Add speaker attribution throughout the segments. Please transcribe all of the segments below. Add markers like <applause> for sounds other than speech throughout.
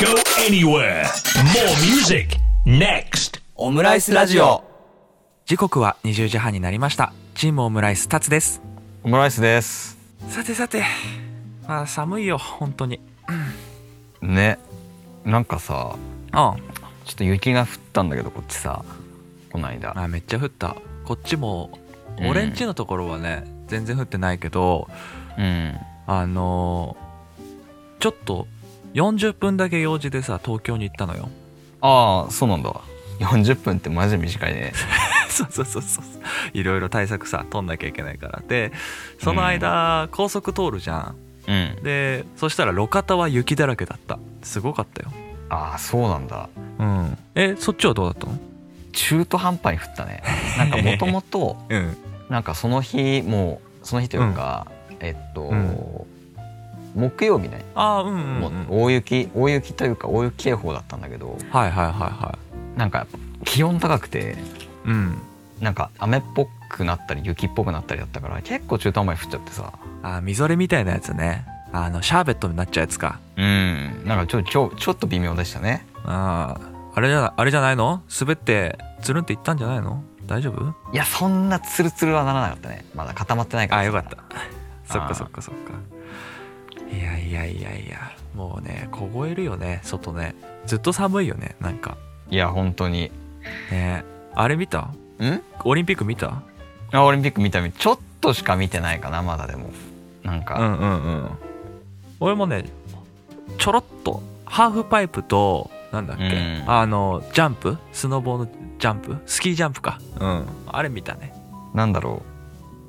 Speaker 1: go anywhere. More music next.
Speaker 2: オムライスラジオ
Speaker 3: 時刻は20時半になりましたチームオムライスタツです
Speaker 4: オムライスです
Speaker 3: さてさてまあ寒いよ本当に
Speaker 4: ねなんかさ
Speaker 3: う
Speaker 4: ちょっと雪が降ったんだけどこっちさこないだ
Speaker 3: んあめっちゃ降ったこっちも
Speaker 4: うん
Speaker 3: 俺んちのところはね、全然降ってないけど
Speaker 4: うん
Speaker 3: あのーちょっと40分だけ用事でさ東京に行ったのよ
Speaker 4: ああそうなんだ40分ってマジ短いね
Speaker 3: <laughs> そうそうそうそういろいろ対策さ取んなきゃいけないからでその間、高速通るじゃん
Speaker 4: うん
Speaker 3: でそしたら路肩は雪だらけだったすごかったよ
Speaker 4: ああそうなんだ
Speaker 3: うんえそっちはどうだったの
Speaker 4: 中途半端に降ったねなんかもともと
Speaker 3: うん
Speaker 4: <laughs> なんかその日もうその日というか、えっと、
Speaker 3: うん
Speaker 4: 木曜日ね、
Speaker 3: ああうんうん、
Speaker 4: も
Speaker 3: う、
Speaker 4: うん大雪大雪というか大雪警報だったんだけど
Speaker 3: はいはいはいは
Speaker 4: なんかやっぱ気温高くて
Speaker 3: いうん
Speaker 4: なんか雨っぽくなったり雪っぽくなったりだったから結構中途半端に降っちゃってさ
Speaker 3: あみぞれみたいなやつねあのシャーベットになっちゃうやつか
Speaker 4: うんなんかちょちょちょっと微妙でしたね
Speaker 3: あーあれじゃあれじゃないの滑ってつるんっていったんじゃないの大丈夫
Speaker 4: いやそんなツルツルはならなかったねまだ固まってないから
Speaker 3: あよかったそっかそっかそっかいやいやいやいやもうね凍えるよね外ねずっと寒いよねなんか
Speaker 4: いや本当に
Speaker 3: ねあれ見た
Speaker 4: ん
Speaker 3: オリンピック見た
Speaker 4: あオリンピック見た見たちょっとしか見てないかなまだでもなんか、
Speaker 3: んうんうん俺もねちょろっとハーフパイプとなんだっけ、
Speaker 4: うん
Speaker 3: あのジャンプスノボーのジャンプスキージャンプかうんあれ見たね
Speaker 4: なんだろ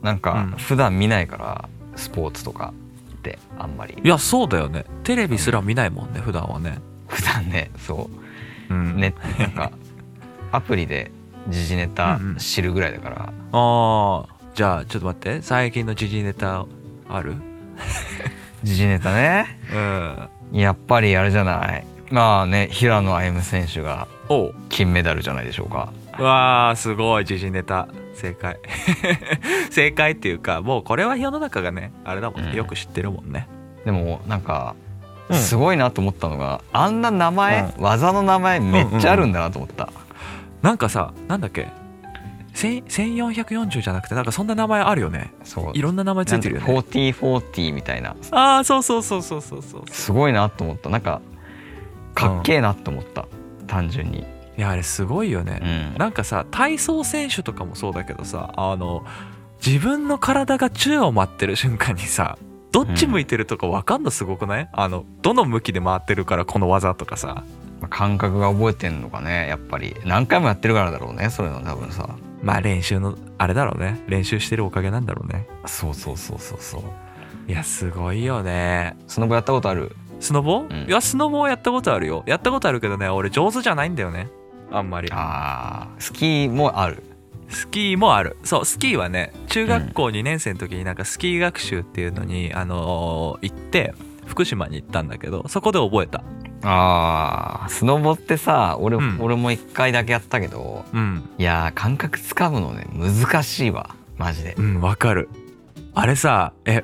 Speaker 4: うなんか
Speaker 3: うん
Speaker 4: 普段見ないから、スポーツとかってあんまり
Speaker 3: いやそうだよねテレビすら見ないもんね普段はね
Speaker 4: 普段ねそう
Speaker 3: うん
Speaker 4: ねなん
Speaker 3: <laughs>
Speaker 4: かアプリで時事ネタ知るぐらいだから、
Speaker 3: ああじゃあちょっと待って最近の時事ネタある
Speaker 4: 時事ネタね
Speaker 3: うん
Speaker 4: やっぱりあれじゃないまあね平野歩夢選手が
Speaker 3: おう
Speaker 4: 金メダルじゃないでしょうか
Speaker 3: うわーすごい時事ネタ正解 <laughs> 正解っていうかもうこれは世の中がねあれだもんね、
Speaker 4: うん
Speaker 3: よく知ってるもんね
Speaker 4: でもなんか
Speaker 3: うん
Speaker 4: すごいなと思ったのが、あんな名前、技の名前めっちゃあるんだなと思った、
Speaker 3: なんかさなんだっけ千1440じゃなくてなんかそんな名前あるよね
Speaker 4: そう
Speaker 3: いろんな名前ついてるよね
Speaker 4: 4040みたいな
Speaker 3: ああそうそうそうそうそうそう
Speaker 4: すごいなと思ったなんかかっけえなと思った、単純に、
Speaker 3: いやあれすごいよ
Speaker 4: う
Speaker 3: ね、
Speaker 4: ん、
Speaker 3: なんかさ体操選手とかもそうだけどさあの自分の体が宙を舞ってる瞬間にさどっち向いてるとか分かんのすごくない、あのどの向きで回ってるからこの技とかさ
Speaker 4: まあ感覚が覚えてんのかねやっぱり何回もやってるからだろうねそれの多分さ
Speaker 3: まあ練習のあれだろうね練習してるおかげなんだろうね
Speaker 4: そうそうそうそうそう
Speaker 3: いやすごいよね
Speaker 4: スノボやったことある
Speaker 3: スノボ、
Speaker 4: うん
Speaker 3: いやスノボはやったことあるよやったことあるけどね俺上手じゃないんだよねあんまり
Speaker 4: あースキーもある
Speaker 3: スキーもあるそうスキーはね中学校2年生の時になんかスキー学習っていうのに、あのー行って福島に行ったんだけどそこで覚えた
Speaker 4: あースノボってさ俺,、
Speaker 3: うん
Speaker 4: 俺も1回だけやったけど
Speaker 3: うん
Speaker 4: いやー感覚つかむのね難しいわマジで
Speaker 3: うんわかるあれさえ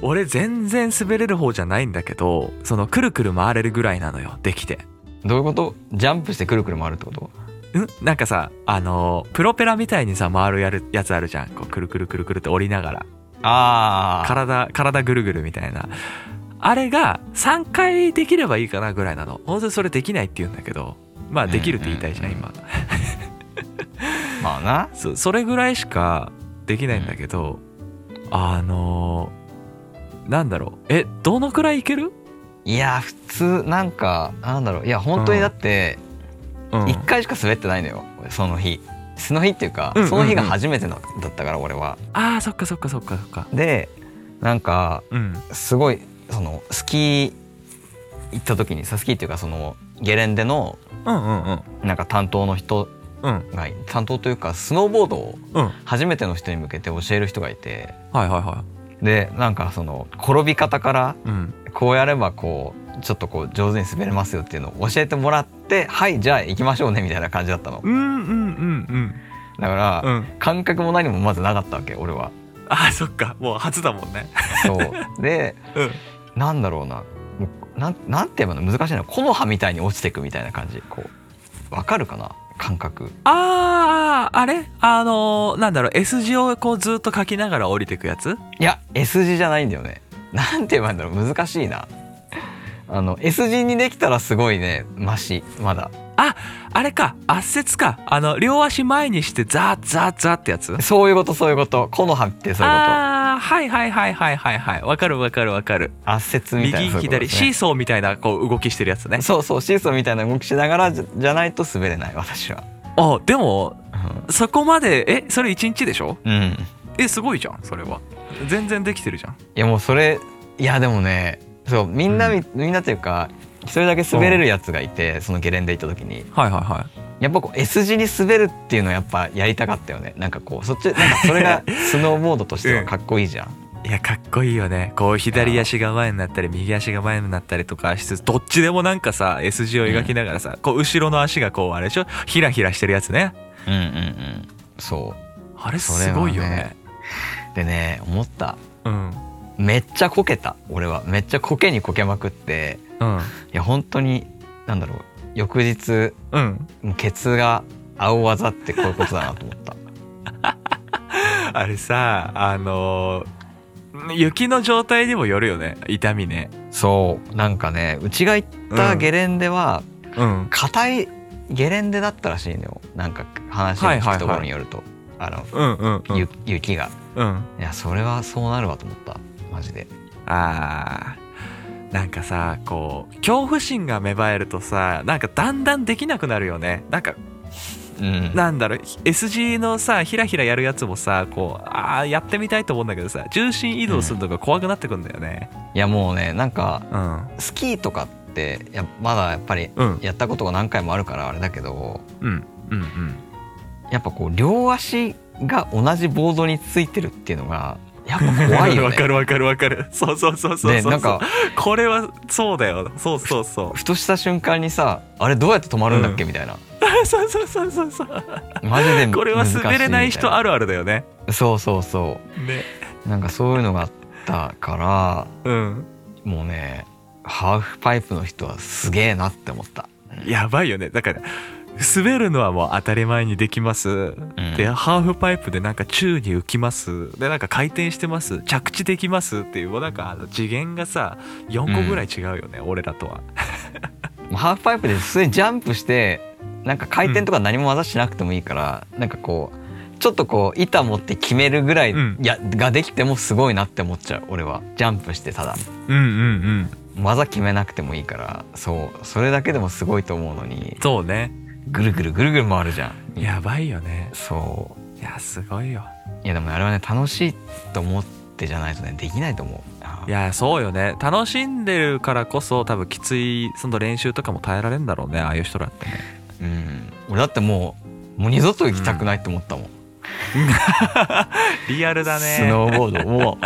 Speaker 3: 俺全然滑れる方じゃないんだけどそのくるくる回れるぐらいなのよできて
Speaker 4: どういうことジャンプしてくるくる回るってこと
Speaker 3: うんなんかさあのープロペラみたいにさ回るやるやつあるじゃんこうくるくるくるくるって降りながら
Speaker 4: あー
Speaker 3: 体体ぐるぐるみたいなあれが3回できればいいかなぐらいなの本当にそれできないって言うんだけどまあできるって言いたいじゃん
Speaker 4: うんうん
Speaker 3: 今
Speaker 4: まあな
Speaker 3: そそれぐらいしかできないんだけどあのーなんだろうえどのくらいいける
Speaker 4: いやー普通なんかなんだろういや本当にだって
Speaker 3: うん
Speaker 4: 1回しか滑ってないのよその日その日っていうか
Speaker 3: うんうんうん
Speaker 4: その日が初めてのだったから俺は
Speaker 3: あーそっかそっかそっかそっか
Speaker 4: でなんか
Speaker 3: うん
Speaker 4: すごいそのスキー行った時にさスキーっていうかそのゲレンデの
Speaker 3: うんうんうん
Speaker 4: なんか担当の人
Speaker 3: うん
Speaker 4: が担当というかスノーボードを
Speaker 3: うんはい
Speaker 4: 初めての人に向けて教える人がいて
Speaker 3: はいは
Speaker 4: でなんかその転び方から
Speaker 3: いうん
Speaker 4: こうやればこうちょっとこう上手に滑れますよっていうのを教えてもらってはいじゃあ行きましょうねみたいな感じだったの
Speaker 3: うんうんうん
Speaker 4: だから、
Speaker 3: うんうん
Speaker 4: 感覚も何もまずなかったわけ俺は
Speaker 3: あーそっかもう初だもんね <laughs>
Speaker 4: そうで
Speaker 3: うん
Speaker 4: なんだろうなもうなんなんて言えばいいの難しいな木の葉みたいに落ちてくみたいな感じこうわかるかな感覚
Speaker 3: あああれあのーなんだろう S 字をこうずっと書きながら降りていくやつ
Speaker 4: いや S 字じゃないんだよねなんて言えばいいんだろう難しいなあの S 字にできたらすごいねマシまだ
Speaker 3: ああれか圧雪かあの両足前にしてザーザーザーってやつ
Speaker 4: そういうことそういうこと木の葉ってそういうこと
Speaker 3: ああはいはいはいはいはいはいわかるわかるわかる
Speaker 4: 圧雪みたいなそ
Speaker 3: 右
Speaker 4: ういうこと
Speaker 3: 左
Speaker 4: ですね
Speaker 3: シーソーみたいなこう動きしてるやつね
Speaker 4: そうそうシーソーみたいな動きしながらじゃじゃないと滑れない私は
Speaker 3: あでもそこまでえそれ1日でしょ
Speaker 4: うん、い
Speaker 3: えすごいじゃんそれは全然できてるじゃん
Speaker 4: やもうそれいやでもねそうみんなみ,、んなというか一人だけ滑れるやつがいてそのゲレンデ行った時に
Speaker 3: はいはいはい
Speaker 4: やっぱこう S 字に滑るっていうのはやっぱやりたかったよねなんかこうそっちなんかそれ <laughs> がスノーボードとしてはかっこいいじゃん、
Speaker 3: いやかっこいいよねこう左足が前になったり右足が前になったりとかしつつどっちでもなんかさ S 字を描きながらさ、こう後ろの足がこうあれでしょひらひらしてるやつね
Speaker 4: うん、うんうんそう
Speaker 3: あれすごいよね
Speaker 4: でね思った
Speaker 3: うん
Speaker 4: めっちゃこけた俺はめっちゃこけにこけまくって
Speaker 3: うん
Speaker 4: いや本当になんだろう翌日
Speaker 3: うん
Speaker 4: もうケツが青技ってこういうことだなと思った
Speaker 3: あれさあのー雪の状態にもよるよね痛みね
Speaker 4: <laughs> そうなんかねうちが行ったゲレンデは
Speaker 3: うん
Speaker 4: 硬いゲレンデだったらしいのよなんか話を聞くところによると、
Speaker 3: うんうん
Speaker 4: あ
Speaker 3: う
Speaker 4: の、ゆ
Speaker 3: ん
Speaker 4: 雪が
Speaker 3: うん
Speaker 4: いやそれはそうなるわと思ったマジで
Speaker 3: あーなんかさこう恐怖心が芽生えるとさなんかだんだんできなくなるよねなんか
Speaker 4: うん
Speaker 3: なんだろう S 字のさひらひらやるやつもさこうあーやってみたいと思うんだけどさ重心移動するのが怖くなってくんだよね
Speaker 4: いやもうねなんか
Speaker 3: うん
Speaker 4: スキーとかってやまだやっぱり
Speaker 3: うん
Speaker 4: やったことが何回もあるからあれだけど
Speaker 3: うんうんうん
Speaker 4: やっぱこう両足が同じボードについてるっていうのがやっぱ怖い <laughs> よ
Speaker 3: <laughs> わ
Speaker 4: ね
Speaker 3: かるわかるわかるそうそうそうそうそう
Speaker 4: ねなんか
Speaker 3: これはそうだよそうそ
Speaker 4: <laughs>
Speaker 3: うそ
Speaker 4: ふとした瞬間にさあれどうやって止まるんだっけ、
Speaker 3: う
Speaker 4: みたいな
Speaker 3: うそうそうそうそうそう
Speaker 4: マジで難しい
Speaker 3: <laughs> これは滑れない人あ
Speaker 4: る
Speaker 3: るあるだよね
Speaker 4: そうそうそ
Speaker 3: ね
Speaker 4: うなんかそういうのがあったから
Speaker 3: うん
Speaker 4: もうねハーフパイプの人はすげえなって思った
Speaker 3: やばいよねだから滑るのはもう当たり前にできます、でハーフパイプでなんか宙に浮きますでなんか回転してます着地できますっていうもうなんかあの次元がさ4個ぐらい違うよね、俺らとは
Speaker 4: ハーフパイプで普通にジャンプしてなんか回転とか何も技しなくてもいいから、なんかこうちょっとこう板持って決めるぐらい,、
Speaker 3: うん
Speaker 4: やができてもすごいなって思っちゃう俺はジャンプしてただ
Speaker 3: うんうんうん
Speaker 4: 技決めなくてもいいからそうそれだけでもすごいと思うのに
Speaker 3: そうね
Speaker 4: ぐるぐるぐるぐる回るじゃん
Speaker 3: やばいよね
Speaker 4: そ
Speaker 3: いやすごいよ
Speaker 4: ういやでもねあれはね楽しいと思ってじゃないとねできないと思うあ
Speaker 3: いやそうよね楽しんでるからこそ多分きついその練習とかも耐えられるんだろうねああいう人らってね
Speaker 4: うん俺だってもうもう二度と行きたくないって思ったもん、
Speaker 3: リアルだね
Speaker 4: スノーボードもう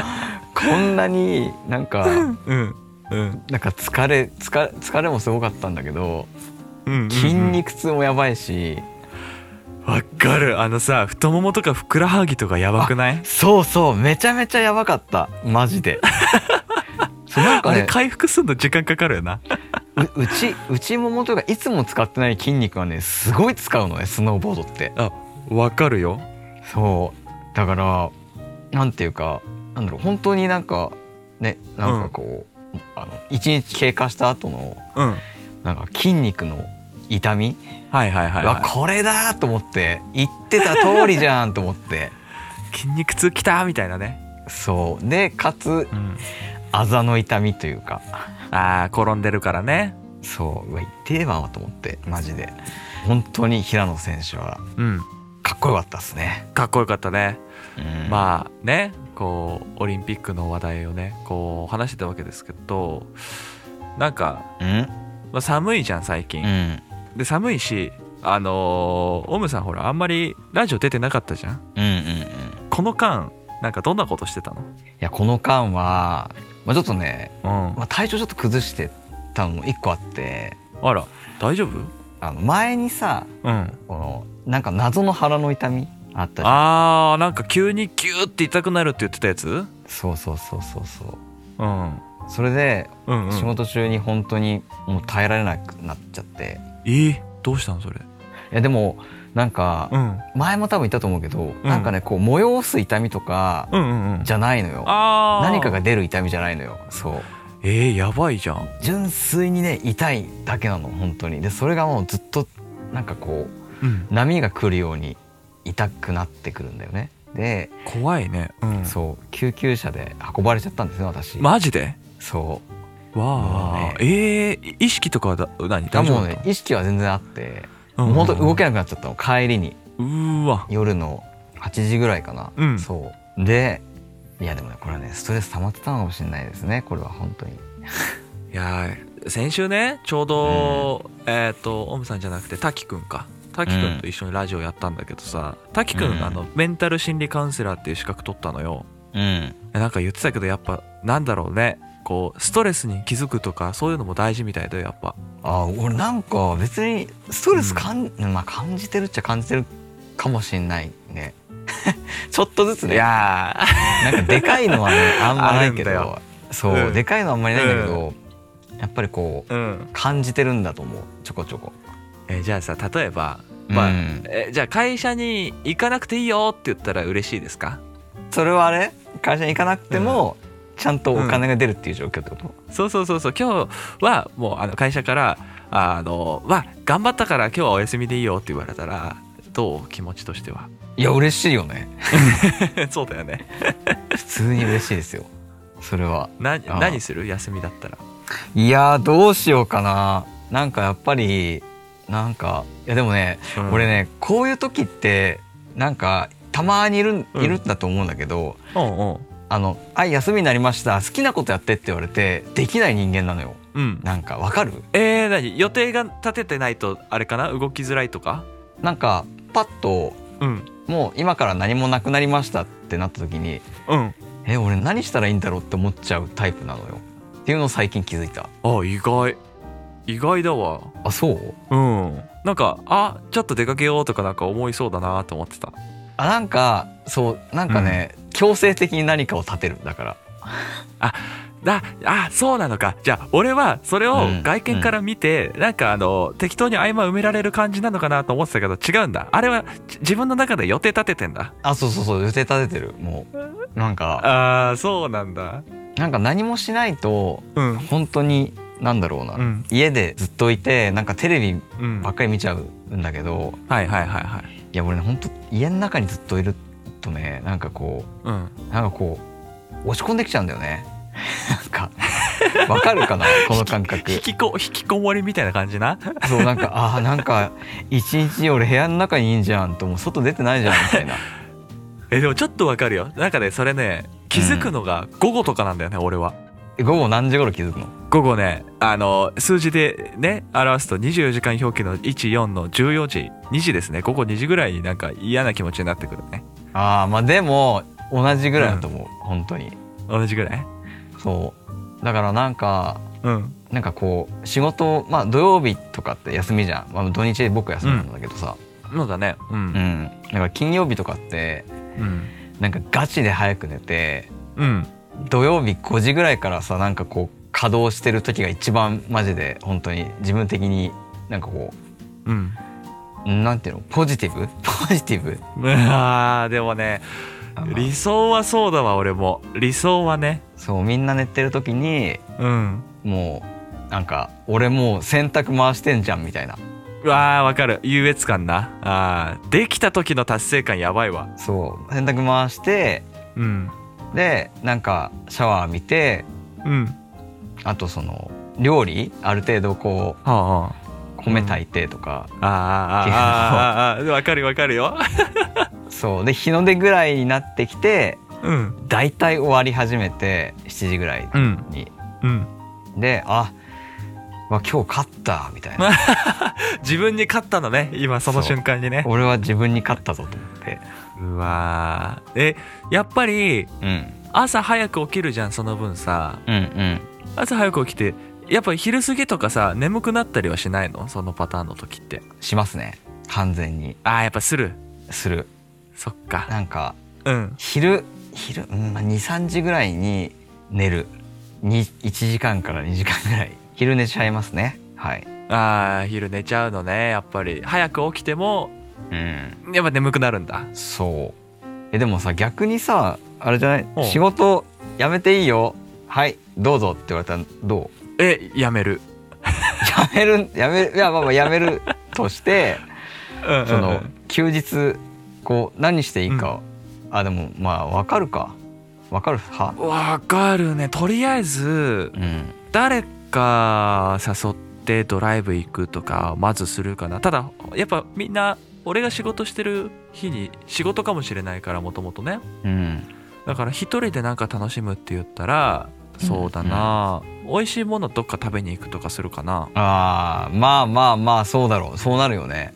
Speaker 4: こんなになんか
Speaker 3: うんうん
Speaker 4: なんか疲れ疲れ疲れもすごかったんだけど
Speaker 3: うんうんうん
Speaker 4: 筋肉痛もやばいし、
Speaker 3: わかるあのさ太ももとかふくらはぎとかやばくない
Speaker 4: そうそうめちゃめちゃやばかったマジ <laughs> でそうなん
Speaker 3: あ
Speaker 4: か
Speaker 3: れ
Speaker 4: ね
Speaker 3: 回復するの時間かかるよな
Speaker 4: ううち内ももというかいつも使ってない筋肉はねすごい使うのねスノーボードって
Speaker 3: あわかるよ
Speaker 4: そうだからなんていうかなんだろう本当になんかねなんかこう、あの一日経過した後の
Speaker 3: うんはい
Speaker 4: なんか筋肉の痛み
Speaker 3: はいはい、
Speaker 4: わ
Speaker 3: は
Speaker 4: これだと思って言ってた通りじゃんと思って
Speaker 3: い、筋肉痛きたみたいなね、
Speaker 4: そうでかつ
Speaker 3: うん、
Speaker 4: あざの痛みというか
Speaker 3: あー転んでるからね
Speaker 4: そううわ痛えわと思ってマジで本当に平野選手は
Speaker 3: うん
Speaker 4: かっこよかったですね、
Speaker 3: かっこよかったね、
Speaker 4: うん
Speaker 3: まあねこうオリンピックの話題をねこう話してたわけですけどなんか、
Speaker 4: うん
Speaker 3: まあ、寒いじゃん最
Speaker 4: う
Speaker 3: 近、
Speaker 4: ん
Speaker 3: で寒いしあのーオムさんほらあんまりラジオ出てなかったじゃん
Speaker 4: うんうんうんい
Speaker 3: この間なんかどんなことしてた
Speaker 4: やこの間は、まあ、ちょっとね、
Speaker 3: の
Speaker 4: まあ、体調ちょっと崩してたのも一個あって
Speaker 3: うんあら大丈夫
Speaker 4: あの前にさ
Speaker 3: うん
Speaker 4: このなんか謎の腹の痛みあったじゃん
Speaker 3: あーなんか急にギューって痛くなるって言ってたやつ
Speaker 4: そうそうそうそうそう
Speaker 3: うん
Speaker 4: それで
Speaker 3: うんうん
Speaker 4: 仕事中に本当にもう耐えられなくなっちゃって
Speaker 3: えー、どうしたのそれ
Speaker 4: いやでもなんか
Speaker 3: うん
Speaker 4: 前も多分言ったと思うけど、
Speaker 3: うん
Speaker 4: なんかねこう催す痛みとか
Speaker 3: うんうんうん
Speaker 4: じゃないのよ、
Speaker 3: あー
Speaker 4: 何かが出る痛みじゃないのよそう
Speaker 3: えー、やばいじゃん
Speaker 4: 純粋にね痛いだけなの本当にでそれがもうずっとなんかこ
Speaker 3: うん
Speaker 4: う波が来るように痛くなってくるんだよねで、
Speaker 3: 怖いねうん
Speaker 4: そう救急車で運ばれちゃったんですね私、
Speaker 3: マジで
Speaker 4: そう
Speaker 3: わあ、
Speaker 4: もうね
Speaker 3: えー、意識とかはだ何
Speaker 4: だ
Speaker 3: 大丈
Speaker 4: も
Speaker 3: 夫
Speaker 4: う
Speaker 3: だっ
Speaker 4: ね
Speaker 3: た
Speaker 4: 意識は全然あって、
Speaker 3: うん
Speaker 4: もう本当動けなくなっちゃったの帰りに
Speaker 3: うーわ
Speaker 4: 夜の8時ぐらいかな、
Speaker 3: うん
Speaker 4: そうでいやでもねこれはねストレス溜まってたのかもしれないですねこれは本当に
Speaker 3: いやー先週ねちょうど、えっ、とオムさんじゃなくて滝くんか滝くんと一緒にラジオやったんだけどさ滝くん、
Speaker 4: うん
Speaker 3: あのメンタル心理カウンセラーっていう資格取ったのよ
Speaker 4: うん
Speaker 3: えなんか言ってたけどやっぱなんだろうねこうストレスに気づくとかそういうのも大事みたいだよやっぱ
Speaker 4: あ俺なんか別にストレスかん、まあ、感じてるっちゃ感じてるかもしんないね <laughs> ちょっとずつね
Speaker 3: や <laughs>
Speaker 4: なんかでかいのはね <laughs> あんまないけ
Speaker 3: あるんだ
Speaker 4: どそう、
Speaker 3: うん
Speaker 4: でかいのはあんまりないんだけど、やっぱりこう
Speaker 3: うん
Speaker 4: 感じてるんだと思うちょこちょこ
Speaker 3: えじゃあさ例えばまあ、
Speaker 4: うん
Speaker 3: えじゃあ会社に行かなくていいよって言ったら嬉しいですか
Speaker 4: それはあれ会社に行かなくても、ちゃんとお金が出るっていう状況ってこと、
Speaker 3: そうそうそうそう今日はもうあの会社からあのわ頑張ったから今日はお休みでいいよって言われたらどう気持ちとしては <laughs>
Speaker 4: いや嬉しいよね
Speaker 3: そうだよね
Speaker 4: 普通に嬉しいですよそれは
Speaker 3: な
Speaker 4: ー
Speaker 3: 何する休みだったら
Speaker 4: いやーどうしようかななんかやっぱりなんかいやでもね、
Speaker 3: うん
Speaker 4: 俺ねこういう時ってなんかたまにいるん
Speaker 3: うん
Speaker 4: いるんだと思うんだけど、
Speaker 3: うんうん
Speaker 4: あの「あ休みになりました好きなことやって」って言われてできない人間なのよ
Speaker 3: うん
Speaker 4: なんかわかる
Speaker 3: えー、何予定が立ててないとあれかな動きづらいとか
Speaker 4: なんかパッと
Speaker 3: うん
Speaker 4: もう今から何もなくなりましたってなった時に
Speaker 3: うん
Speaker 4: え俺何したらいいんだろうって思っちゃうタイプなのよっていうのを最近気づいた
Speaker 3: あ意外意外だわ
Speaker 4: あそう
Speaker 3: うんなんかあちょっと出かけようとかなんか思いそうだなと思ってた
Speaker 4: あなんかそうなんかね、強制的に何かを立てるだから
Speaker 3: だあそうなのかじゃあ俺はそれを
Speaker 4: うん
Speaker 3: 外見から見て、なんかあの適当に合間埋められる感じなのかなと思ってたけど違うんだあれはじ自分の中で予定立ててんだ
Speaker 4: あそうそうそう予定立ててるもうなんか
Speaker 3: ああそうなんだ
Speaker 4: なんか何もしないと
Speaker 3: うん
Speaker 4: 本当になんだろうな、
Speaker 3: うん
Speaker 4: 家でずっといてなんかテレビ
Speaker 3: うん
Speaker 4: ば
Speaker 3: は
Speaker 4: っかり見ちゃうんだけど
Speaker 3: いはいはいはい
Speaker 4: いや俺ね本当家の中にずっといるとねなんかこ
Speaker 3: うん
Speaker 4: うなんかこう落ち込んできちゃうんだよね <laughs> なんかわかるかなこの感覚
Speaker 3: 引きこ引きこもりみたいな感じな <laughs>
Speaker 4: そうなんかあーなんか一日俺部屋の中にいんじゃんともう外出てないじゃんみたいな
Speaker 3: えでもちょっとわかるよなんかねそれね気づくのが午後とかなんだよね、俺は
Speaker 4: え午後何時頃気づくの
Speaker 3: 午後ねあの数字でね表すと24時間表記の14の14時2時ですね午後2時ぐらいになんか嫌な気持ちになってくるね
Speaker 4: ああまあでも同じぐらいだと思う、本当に
Speaker 3: 同じぐらい
Speaker 4: そうだからなんか
Speaker 3: うん
Speaker 4: なんかこう仕事まあ土曜日とかって休みじゃん、まあ、土日僕休みなんだけどさ
Speaker 3: そうだねう
Speaker 4: うん、
Speaker 3: ん
Speaker 4: だから金曜日とかって
Speaker 3: うん
Speaker 4: なんかガチで早く寝て
Speaker 3: うん
Speaker 4: 土曜日5時ぐらいからさなんかこう稼働してる時が一番マジで本当に自分的になんかこ
Speaker 3: うん
Speaker 4: うなんていうのポジティブ <laughs> ポジティブ
Speaker 3: うわーでもね
Speaker 4: あの
Speaker 3: 理想はそうだわ俺も理想はね
Speaker 4: そうみんな寝てる時に
Speaker 3: うん
Speaker 4: もうなんか俺もう洗濯回してんじゃんみたいな
Speaker 3: うわーわかる優越感なあーできた時の達成感やばいわ
Speaker 4: そう洗濯回して
Speaker 3: うん
Speaker 4: でなんかシャワー浴びて
Speaker 3: うん
Speaker 4: あとその料理ある程度こ
Speaker 3: はあはあ
Speaker 4: う米炊いてとか、
Speaker 3: あーあーあーあーあーわかるわかるよ
Speaker 4: そうで日の出ぐらいになってきて
Speaker 3: うん
Speaker 4: 大体終わり始めて7時ぐらい
Speaker 3: うん
Speaker 4: に、
Speaker 3: うん
Speaker 4: であまあ今日勝ったみたいな
Speaker 3: 自分に勝ったのね今その瞬間にね
Speaker 4: 俺は自分に勝ったぞと思って
Speaker 3: うわーえやっぱり
Speaker 4: うん
Speaker 3: 朝早く起きるじゃんその分さ
Speaker 4: うんうん
Speaker 3: 朝早く起きてやっぱ昼過ぎとかさ眠くなったりはしないのそのパターンの時って
Speaker 4: しますね完全に
Speaker 3: あーやっぱする
Speaker 4: する
Speaker 3: そっか
Speaker 4: なんか
Speaker 3: うん
Speaker 4: 昼昼、うんまあ、23時ぐらいに寝るに1時間から2時間ぐらい昼寝しちゃいますねはい
Speaker 3: ああ昼寝ちゃうのねやっぱり早く起きても
Speaker 4: うん
Speaker 3: やっぱ眠くなるんだ
Speaker 4: そうえでもさ逆にさあれじゃない
Speaker 3: うん
Speaker 4: 仕事辞めていいよはいどうぞって言われたらどう <laughs>
Speaker 3: えやめる
Speaker 4: やめるやめるいやまあまあやめるとして
Speaker 3: うん
Speaker 4: そ
Speaker 3: うんう
Speaker 4: の
Speaker 3: ん
Speaker 4: 休日こう何していいか、あでもまあわかるかわかるは
Speaker 3: わかるねとりあえず
Speaker 4: うん
Speaker 3: 誰か誘ってドライブ行くとかまずするかなただやっぱみんな俺が仕事してる日に仕事かもしれないからもともとね
Speaker 4: うん
Speaker 3: だから一人でなんか楽しむって言ったらそうだな、美味しいものどっか食べに行くとかするかな
Speaker 4: あーまあまあまあそうだろうそうなるよね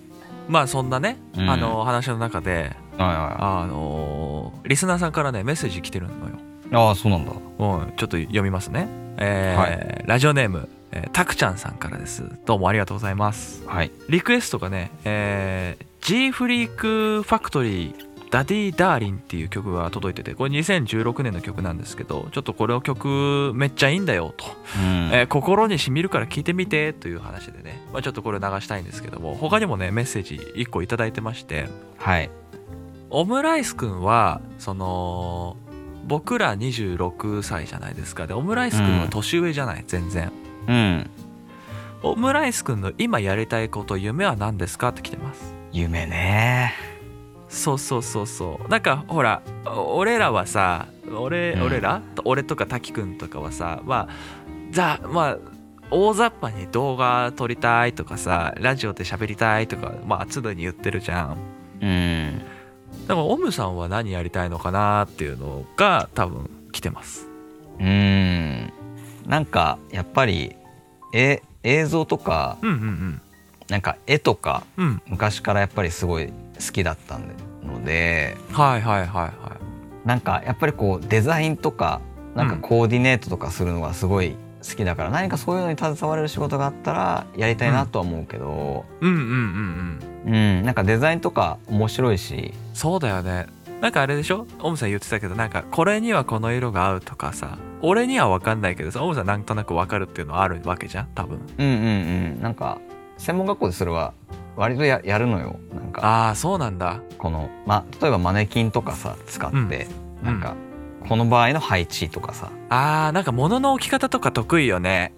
Speaker 3: まあそんなね、
Speaker 4: うん
Speaker 3: あの話の中で
Speaker 4: はいは
Speaker 3: あのリスナーさんからねメッセージ来てるのよ
Speaker 4: いああそうなんだ
Speaker 3: うん、ちょっと読みますね。えー
Speaker 4: は
Speaker 3: ラジオネーム、えー、たくちゃんさんからです。どうもありがとうございます。
Speaker 4: はい
Speaker 3: リクエストがね、えー、G フリークファクトリー、ダディ・ダーリンっていう曲が届いてて、これ2016年の曲なんですけど、ちょっとこれの曲めっちゃいいんだよと、
Speaker 4: うん
Speaker 3: えー心にしみるから聴いてみてという話でね、まあ、ちょっとこれを流したいんですけども、他にもね、メッセージ1個いただいてまして、
Speaker 4: はい
Speaker 3: オムライスくんはその僕ら26歳じゃないですかでオムライスくんは年上じゃない、全然
Speaker 4: うん
Speaker 3: オムライスくんの今やりたいこと夢は何ですかって来てます
Speaker 4: 夢ね
Speaker 3: そうそうそうそうなんかほら俺らはさ俺,、
Speaker 4: うん
Speaker 3: 俺ら俺とか滝くんとかはさまあざまあ大雑把に動画撮りたいとかさラジオで喋りたいとかまあ常に言ってるじゃん
Speaker 4: うん
Speaker 3: だからオムさんは何やりたいのかなっていうのが多分来てます
Speaker 4: うんなんかやっぱりえ映像とか
Speaker 3: うんうんうん
Speaker 4: なんか絵とか
Speaker 3: うん、
Speaker 4: 昔からやっぱりすごい好きだったので
Speaker 3: はいはいはいはい。
Speaker 4: なんかやっぱりこうデザインとかなんかコーディネートとかするのがすごい好きだから、何かそういうのに携われる仕事があったらやりたいなとは思うけど、
Speaker 3: うんうんうんうん。
Speaker 4: うんなんかデザインとか面白いし、
Speaker 3: そうだよね。なんかあれでしょオムさん言ってたけど、なんかこれにはこの色が合うとかさ、俺には分かんないけどさ、オムさんなんとなく分かるっていうのはあるわけじゃん多分。
Speaker 4: うんうんうん、なんか専門学校でそれは割とややるのよなんか
Speaker 3: ああ、そうなんだ。
Speaker 4: この、ま、例えばマネキンとかさ使って、
Speaker 3: うん
Speaker 4: なんかこの場合の配置とかさ
Speaker 3: ああ、なんか物の置き方とか得意よね。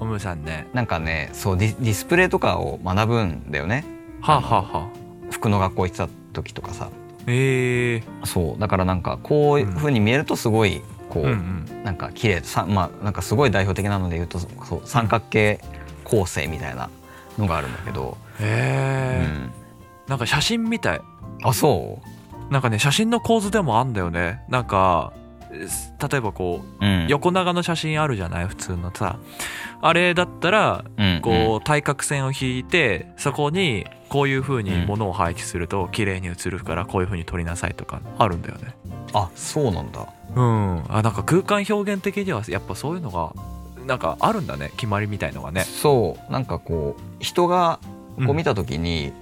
Speaker 3: オムさんね。
Speaker 4: なんかねそうディディスプレイとかを学ぶんだよね
Speaker 3: はあ、はあはあ、
Speaker 4: 服の学校行ってた時とかさ
Speaker 3: ええ
Speaker 4: そうだからなんかこういう風に見えるとすごいこう、
Speaker 3: うんうん。
Speaker 4: なんか綺麗さまあなんかすごい代表的なので言うとそう三角形構成みたいなのがあるんだけど、う
Speaker 3: ええ
Speaker 4: ん
Speaker 3: なんか写真みたい。
Speaker 4: あそ
Speaker 3: なんかね、写真の構図でもあんだよね。なんか、えす例えばこう、
Speaker 4: う、うん、
Speaker 3: 横長の写真あるじゃない普通のさあれだったら
Speaker 4: うん
Speaker 3: こう対角線を引いてそこにこういう風に物を廃棄すると綺麗に写るからこういう風に撮りなさいとかあるんだよね
Speaker 4: うんあそうなんだ
Speaker 3: うんあなんか空間表現的にはやっぱそういうのがなんかあるんだね決まりみたいのがね
Speaker 4: そうなんかこう人がこ
Speaker 3: う
Speaker 4: うん見た時に、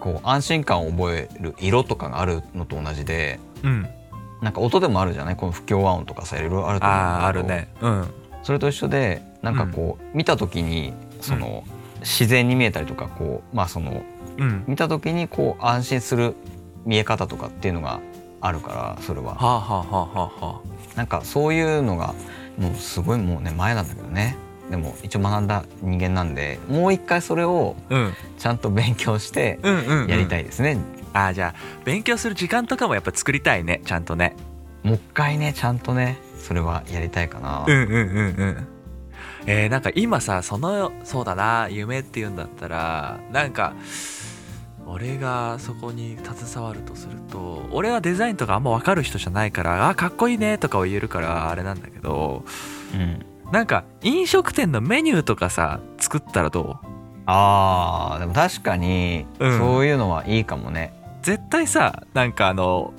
Speaker 4: こう安心感を覚える色とかがあるのと同じで
Speaker 3: うん
Speaker 4: なんか音でもあるじゃないこの不協和音とかさいろいろあると思うんだけ
Speaker 3: あ
Speaker 4: ど
Speaker 3: ああるねうん
Speaker 4: それと一緒でなんかこう、見た時にその、自然に見えたりとかこうまあその
Speaker 3: うん
Speaker 4: 見た時にこう安心する見え方とかっていうのがあるからそれは
Speaker 3: はあはあはあはあは
Speaker 4: なんかそういうのがもうすごいもうね前なんだけどねでも一応学んだ人間なんでもう一回それを
Speaker 3: あうん
Speaker 4: ちゃんと勉強して
Speaker 3: うんうんうん
Speaker 4: やりた
Speaker 3: い
Speaker 4: いですね、
Speaker 3: ああじゃあ勉強する時間とかもやっぱ作りたいねちゃんとね
Speaker 4: もう一回ねちゃんとねそれはやりたいかな、
Speaker 3: うんうんうんうんえー、なんか今さそのそうだな夢っていうんだったらなんか俺がそこに携わるとすると俺はデザインとかあんま分かる人じゃないからあかっこいいねとかを言えるからあれなんだけど
Speaker 4: うん
Speaker 3: なんか飲食店のメニューとかさ作ったらどう
Speaker 4: あーでも確かに
Speaker 3: うん
Speaker 4: そういうのはいいかもね、
Speaker 3: 絶対さなんかあの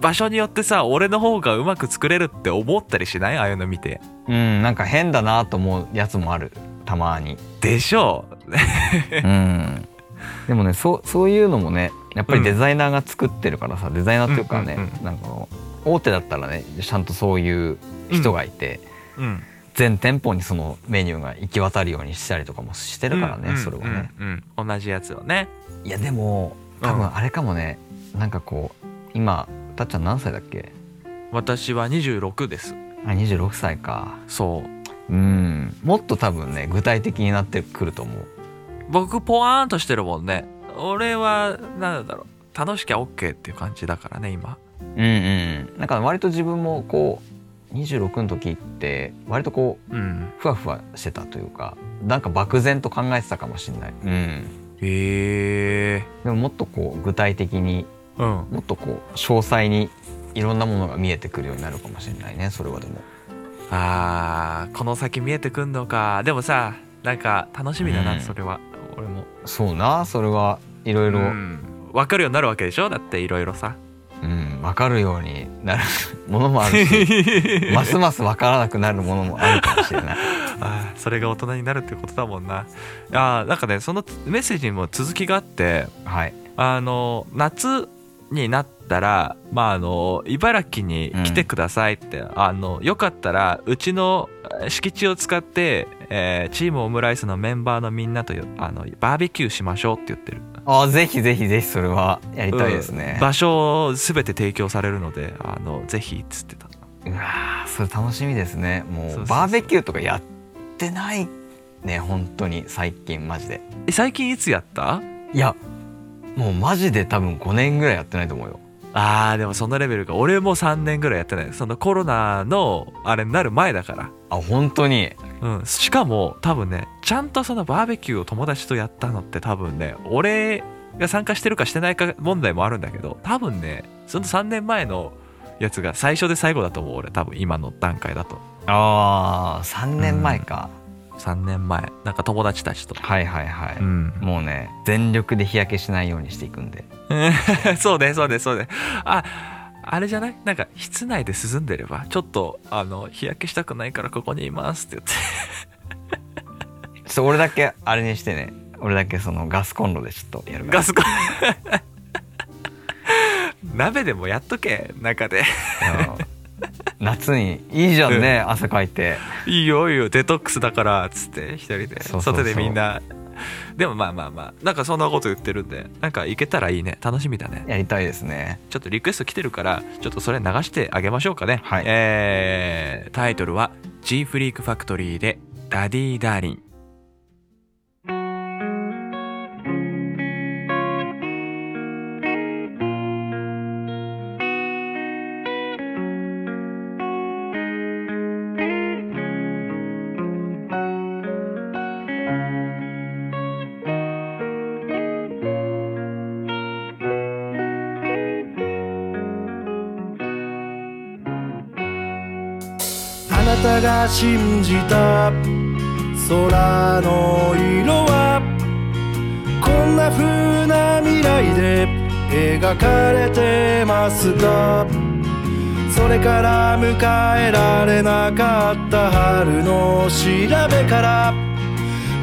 Speaker 3: 場所によってさ俺の方がうまく作れるって思ったりしないああいうの見て
Speaker 4: うんなんか変だなと思うやつもあるたまに、
Speaker 3: でしょ
Speaker 4: うん、でもねそうそういうのもねやっぱりデザイナーが作ってるからさ、デザイナーっていうかね、
Speaker 3: うんうん
Speaker 4: なんかこう大手だったらねちゃんとそういう人がいて
Speaker 3: ううん
Speaker 4: 全店舗にそのメニューが行き渡るようにしたりとかもしてるからね、
Speaker 3: うん
Speaker 4: それはね。
Speaker 3: うんうん同じやつをね
Speaker 4: いやでも多
Speaker 3: う
Speaker 4: 分
Speaker 3: ん
Speaker 4: あれかもね、なんかこう今たっちゃん何歳だっけ
Speaker 3: 私は26です
Speaker 4: あ26歳か
Speaker 3: そう
Speaker 4: うんもっと多分ね具体的になってくると思う
Speaker 3: 僕ポワーンとしてるもんね俺はなんだろう楽しきゃ OK っていう感じだからね今
Speaker 4: うんうんなんか割と自分もこう26の時って割とこう
Speaker 3: うん
Speaker 4: ふわふわしてたというかなんか漠然と考えてたかもしれない、うん、
Speaker 3: へえ
Speaker 4: でももっとこう具体的に
Speaker 3: うん
Speaker 4: もっとこう詳細にいろんなものが見えてくるようになるかもしれないねそれはでも
Speaker 3: あーこの先見えてくんのかでもさなんか楽しみだな、
Speaker 4: うん
Speaker 3: それは俺も
Speaker 4: そうなそれはいろいろ
Speaker 3: うん分かるようになるわけでしょだっていろいろさ
Speaker 4: うん、分かるようになるものもあるし
Speaker 3: <laughs>
Speaker 4: ますます分からなくなるものもあるかもしれない。
Speaker 3: あーそれが大人になるってことだもんなあーなんかねそのメッセージにも続きがあって
Speaker 4: はい、
Speaker 3: あの夏になったら、まあ、あの茨城に来てくださいって、あのよかったらうちのえー敷地を使って、えーチームオムライスのメンバーのみんなとよあのバーベキューしましょうって言ってる
Speaker 4: あーぜひぜひぜひそれはやりたいですね
Speaker 3: うん。場所を全て提供されるのであのぜひっつってた
Speaker 4: うわーそれ楽しみですね。も
Speaker 3: そうそう
Speaker 4: う
Speaker 3: そう
Speaker 4: バーベキューとかやってないね本当に最近マジで。
Speaker 3: え最近いつやった
Speaker 4: いやもうマジで多分5年ぐらいやってないと思うよ。
Speaker 3: あーでもそのレベルが俺も3年ぐらいやってないそのコロナのあれになる前だから
Speaker 4: あ本当に
Speaker 3: うん、しかも多分ねちゃんとそのバーベキューを友達とやったのって多分ね俺が参加してるかしてないか問題もあるんだけど多分ねその3年前のやつが最初で最後だと思う俺多分今の段階だと
Speaker 4: ああ3年前か、
Speaker 3: 3年前なんか友達たちと
Speaker 4: はいはいはい。
Speaker 3: うん
Speaker 4: もうね全力で日焼けしないようにしていくんで
Speaker 3: <laughs> そうねそうねそうねああれじゃないなんか室内で涼んでればちょっとあの日焼けしたくないからここにいますって言って
Speaker 4: ちょっと俺だけあれにしてね俺だけそのガスコンロでちょっとやるから
Speaker 3: ガスコン <laughs> 鍋でもやっとけ中で
Speaker 4: うん夏にいいじゃんね、汗かいて
Speaker 3: いいよいいよデトックスだからっつって一人で
Speaker 4: そうそうそう
Speaker 3: 外でみんなでもまあまあまあなんかそんなこと言ってるんでなんか行けたらいいね楽しみだね
Speaker 4: やりたいですね
Speaker 3: ちょっとリクエスト来てるからちょっとそれ流してあげましょうかね、
Speaker 4: はい
Speaker 3: えータイトルは「G フリークファクトリー」で「ダディ・ダーリン」
Speaker 2: あなたが信じた空の色はこんな風な未来で描かれてますかそれから迎えられなかった春の調べから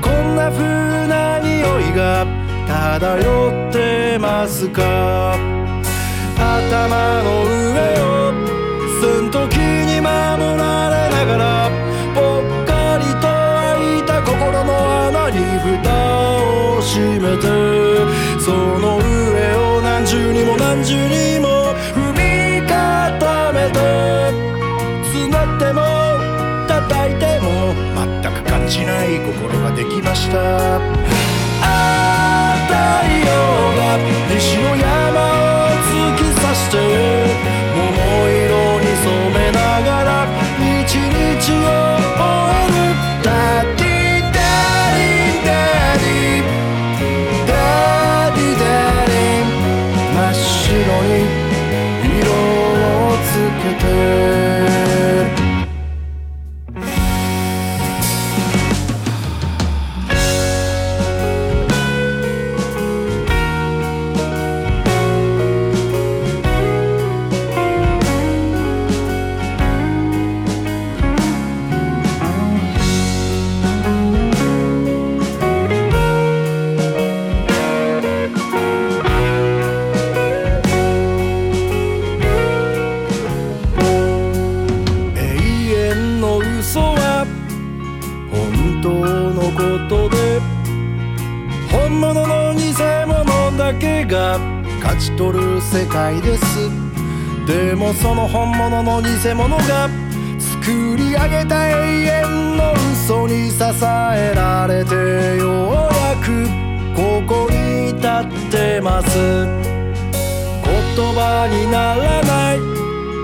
Speaker 2: こんな風な匂いが漂ってますか頭の上をすんと気に守られながらぽっかりと開いた心の穴に蓋を閉めてその上を何重にも何重にも踏み固めて詰まっても叩いても全く感じない心ができましたあ太陽が西の山を突き刺して桃色に染めながら一日を終えるダディダリンダディダディダリン真っ白に色をつけて「本物の偽物だけが勝ち取る世界ですでもその本物の偽物が作り上げた永遠の嘘に支えられてようやくここに立ってます言葉にならない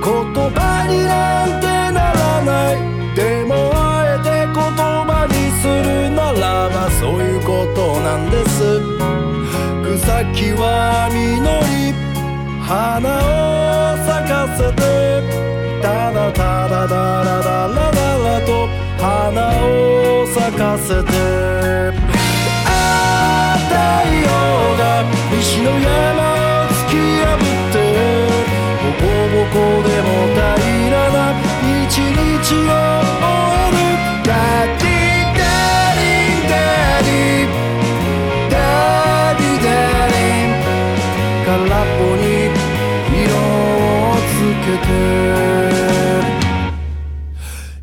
Speaker 2: 言葉になんてならないでもあえて言葉にするならばそういうことなんです草木は実り花を咲かせてただただだらだらだらと花を咲かせてああ太陽が西の山を突き破ってボコボコでも平らな一日を終えるダディダリンダディダディダリン空っぽに色をつけて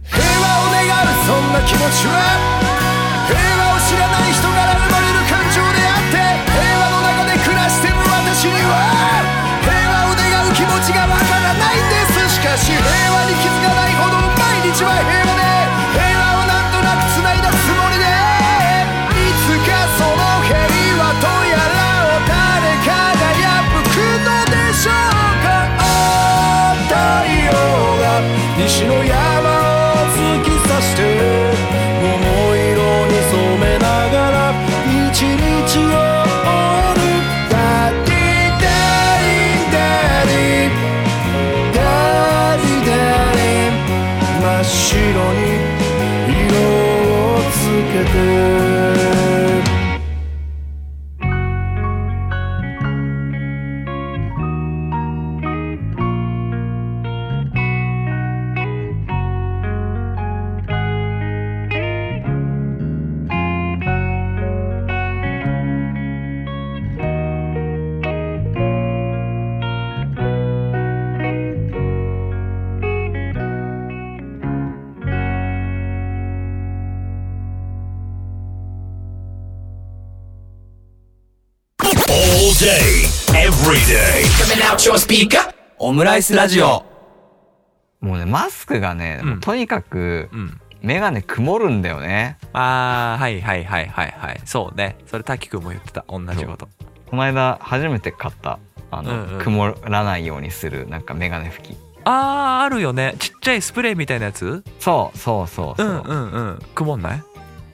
Speaker 2: 平和を願うそんな気持ちは平和を知らない人から生まれる感情であって平和の中で暮らしてる私には平和を願う気持ちがわからないんですしかし平和に気づかないほど毎日は平和で平和をなんとなく繋いだつもりでいつかその平和とやらを誰かが破くのでしょうかあー太陽が西の山を突き刺して桃色に染めながら一日を終えるダディダリンダディダリダリ真っ白に色をつけて
Speaker 1: all day, every day.
Speaker 5: Coming out your speaker.
Speaker 4: オムライスラジオもうねマスクがね、
Speaker 3: うん
Speaker 4: もうとにかく
Speaker 3: うん
Speaker 4: 眼鏡曇るんだよね
Speaker 3: あーはいはいはいはいはいそうねそれ滝くんも言ってた同じこと
Speaker 4: この間初めて買ったあの、
Speaker 3: うんうん
Speaker 4: 曇らないようにするなんか眼鏡拭き
Speaker 3: あーあるよねちっちゃいスプレーみたいなやつ
Speaker 4: そうそうそうそう、
Speaker 3: うんうんうん曇んない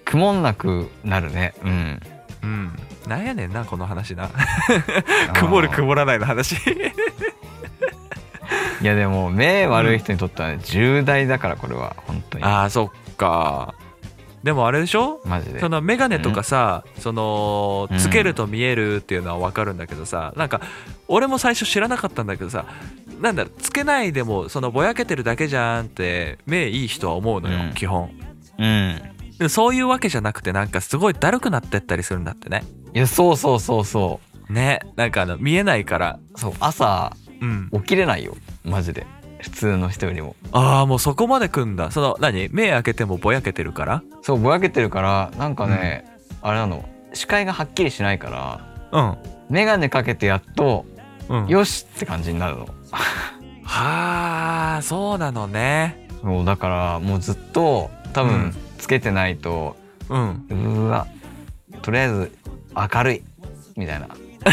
Speaker 4: 曇んなくなるねうん
Speaker 3: うんなんやねんなこの話
Speaker 4: <laughs>
Speaker 3: な曇る
Speaker 4: あー
Speaker 3: 曇らないの話
Speaker 4: いやでも目悪い人にとってはね重大だからこれは本当に
Speaker 3: あーそっかでもあれでしょ
Speaker 4: マジで
Speaker 3: そのメガネとかさ、その
Speaker 4: うん
Speaker 3: つけると見えるっていうのは分かるんだけどさ、なんか俺も最初知らなかったんだけどさなんだろうつけないでもそのぼやけてるだけじゃんって目いい人は思うのよ、
Speaker 4: うん
Speaker 3: 基本
Speaker 4: うん
Speaker 3: でもそういうわけじゃなくてなんかすごいだるくなってったりするんだってね
Speaker 4: いやそうそうそうそ
Speaker 3: ねなんかあの見えないから
Speaker 4: うそう朝
Speaker 3: うん
Speaker 4: 起きれないよマジで普通の人よりも
Speaker 3: ああもうそこまでくんだその何目開けてもぼやけてるから
Speaker 4: そうぼやけてるからなんかね、あれなの視界がはっきりしないから
Speaker 3: うん
Speaker 4: 眼鏡かけてやっと
Speaker 3: うん
Speaker 4: よしって感じになるの
Speaker 3: はあそうなのね
Speaker 4: そうだからもうずっと多
Speaker 3: うん
Speaker 4: 分つけてないと、
Speaker 3: うん
Speaker 4: うーわとりあえず明るいみたいな
Speaker 3: <laughs>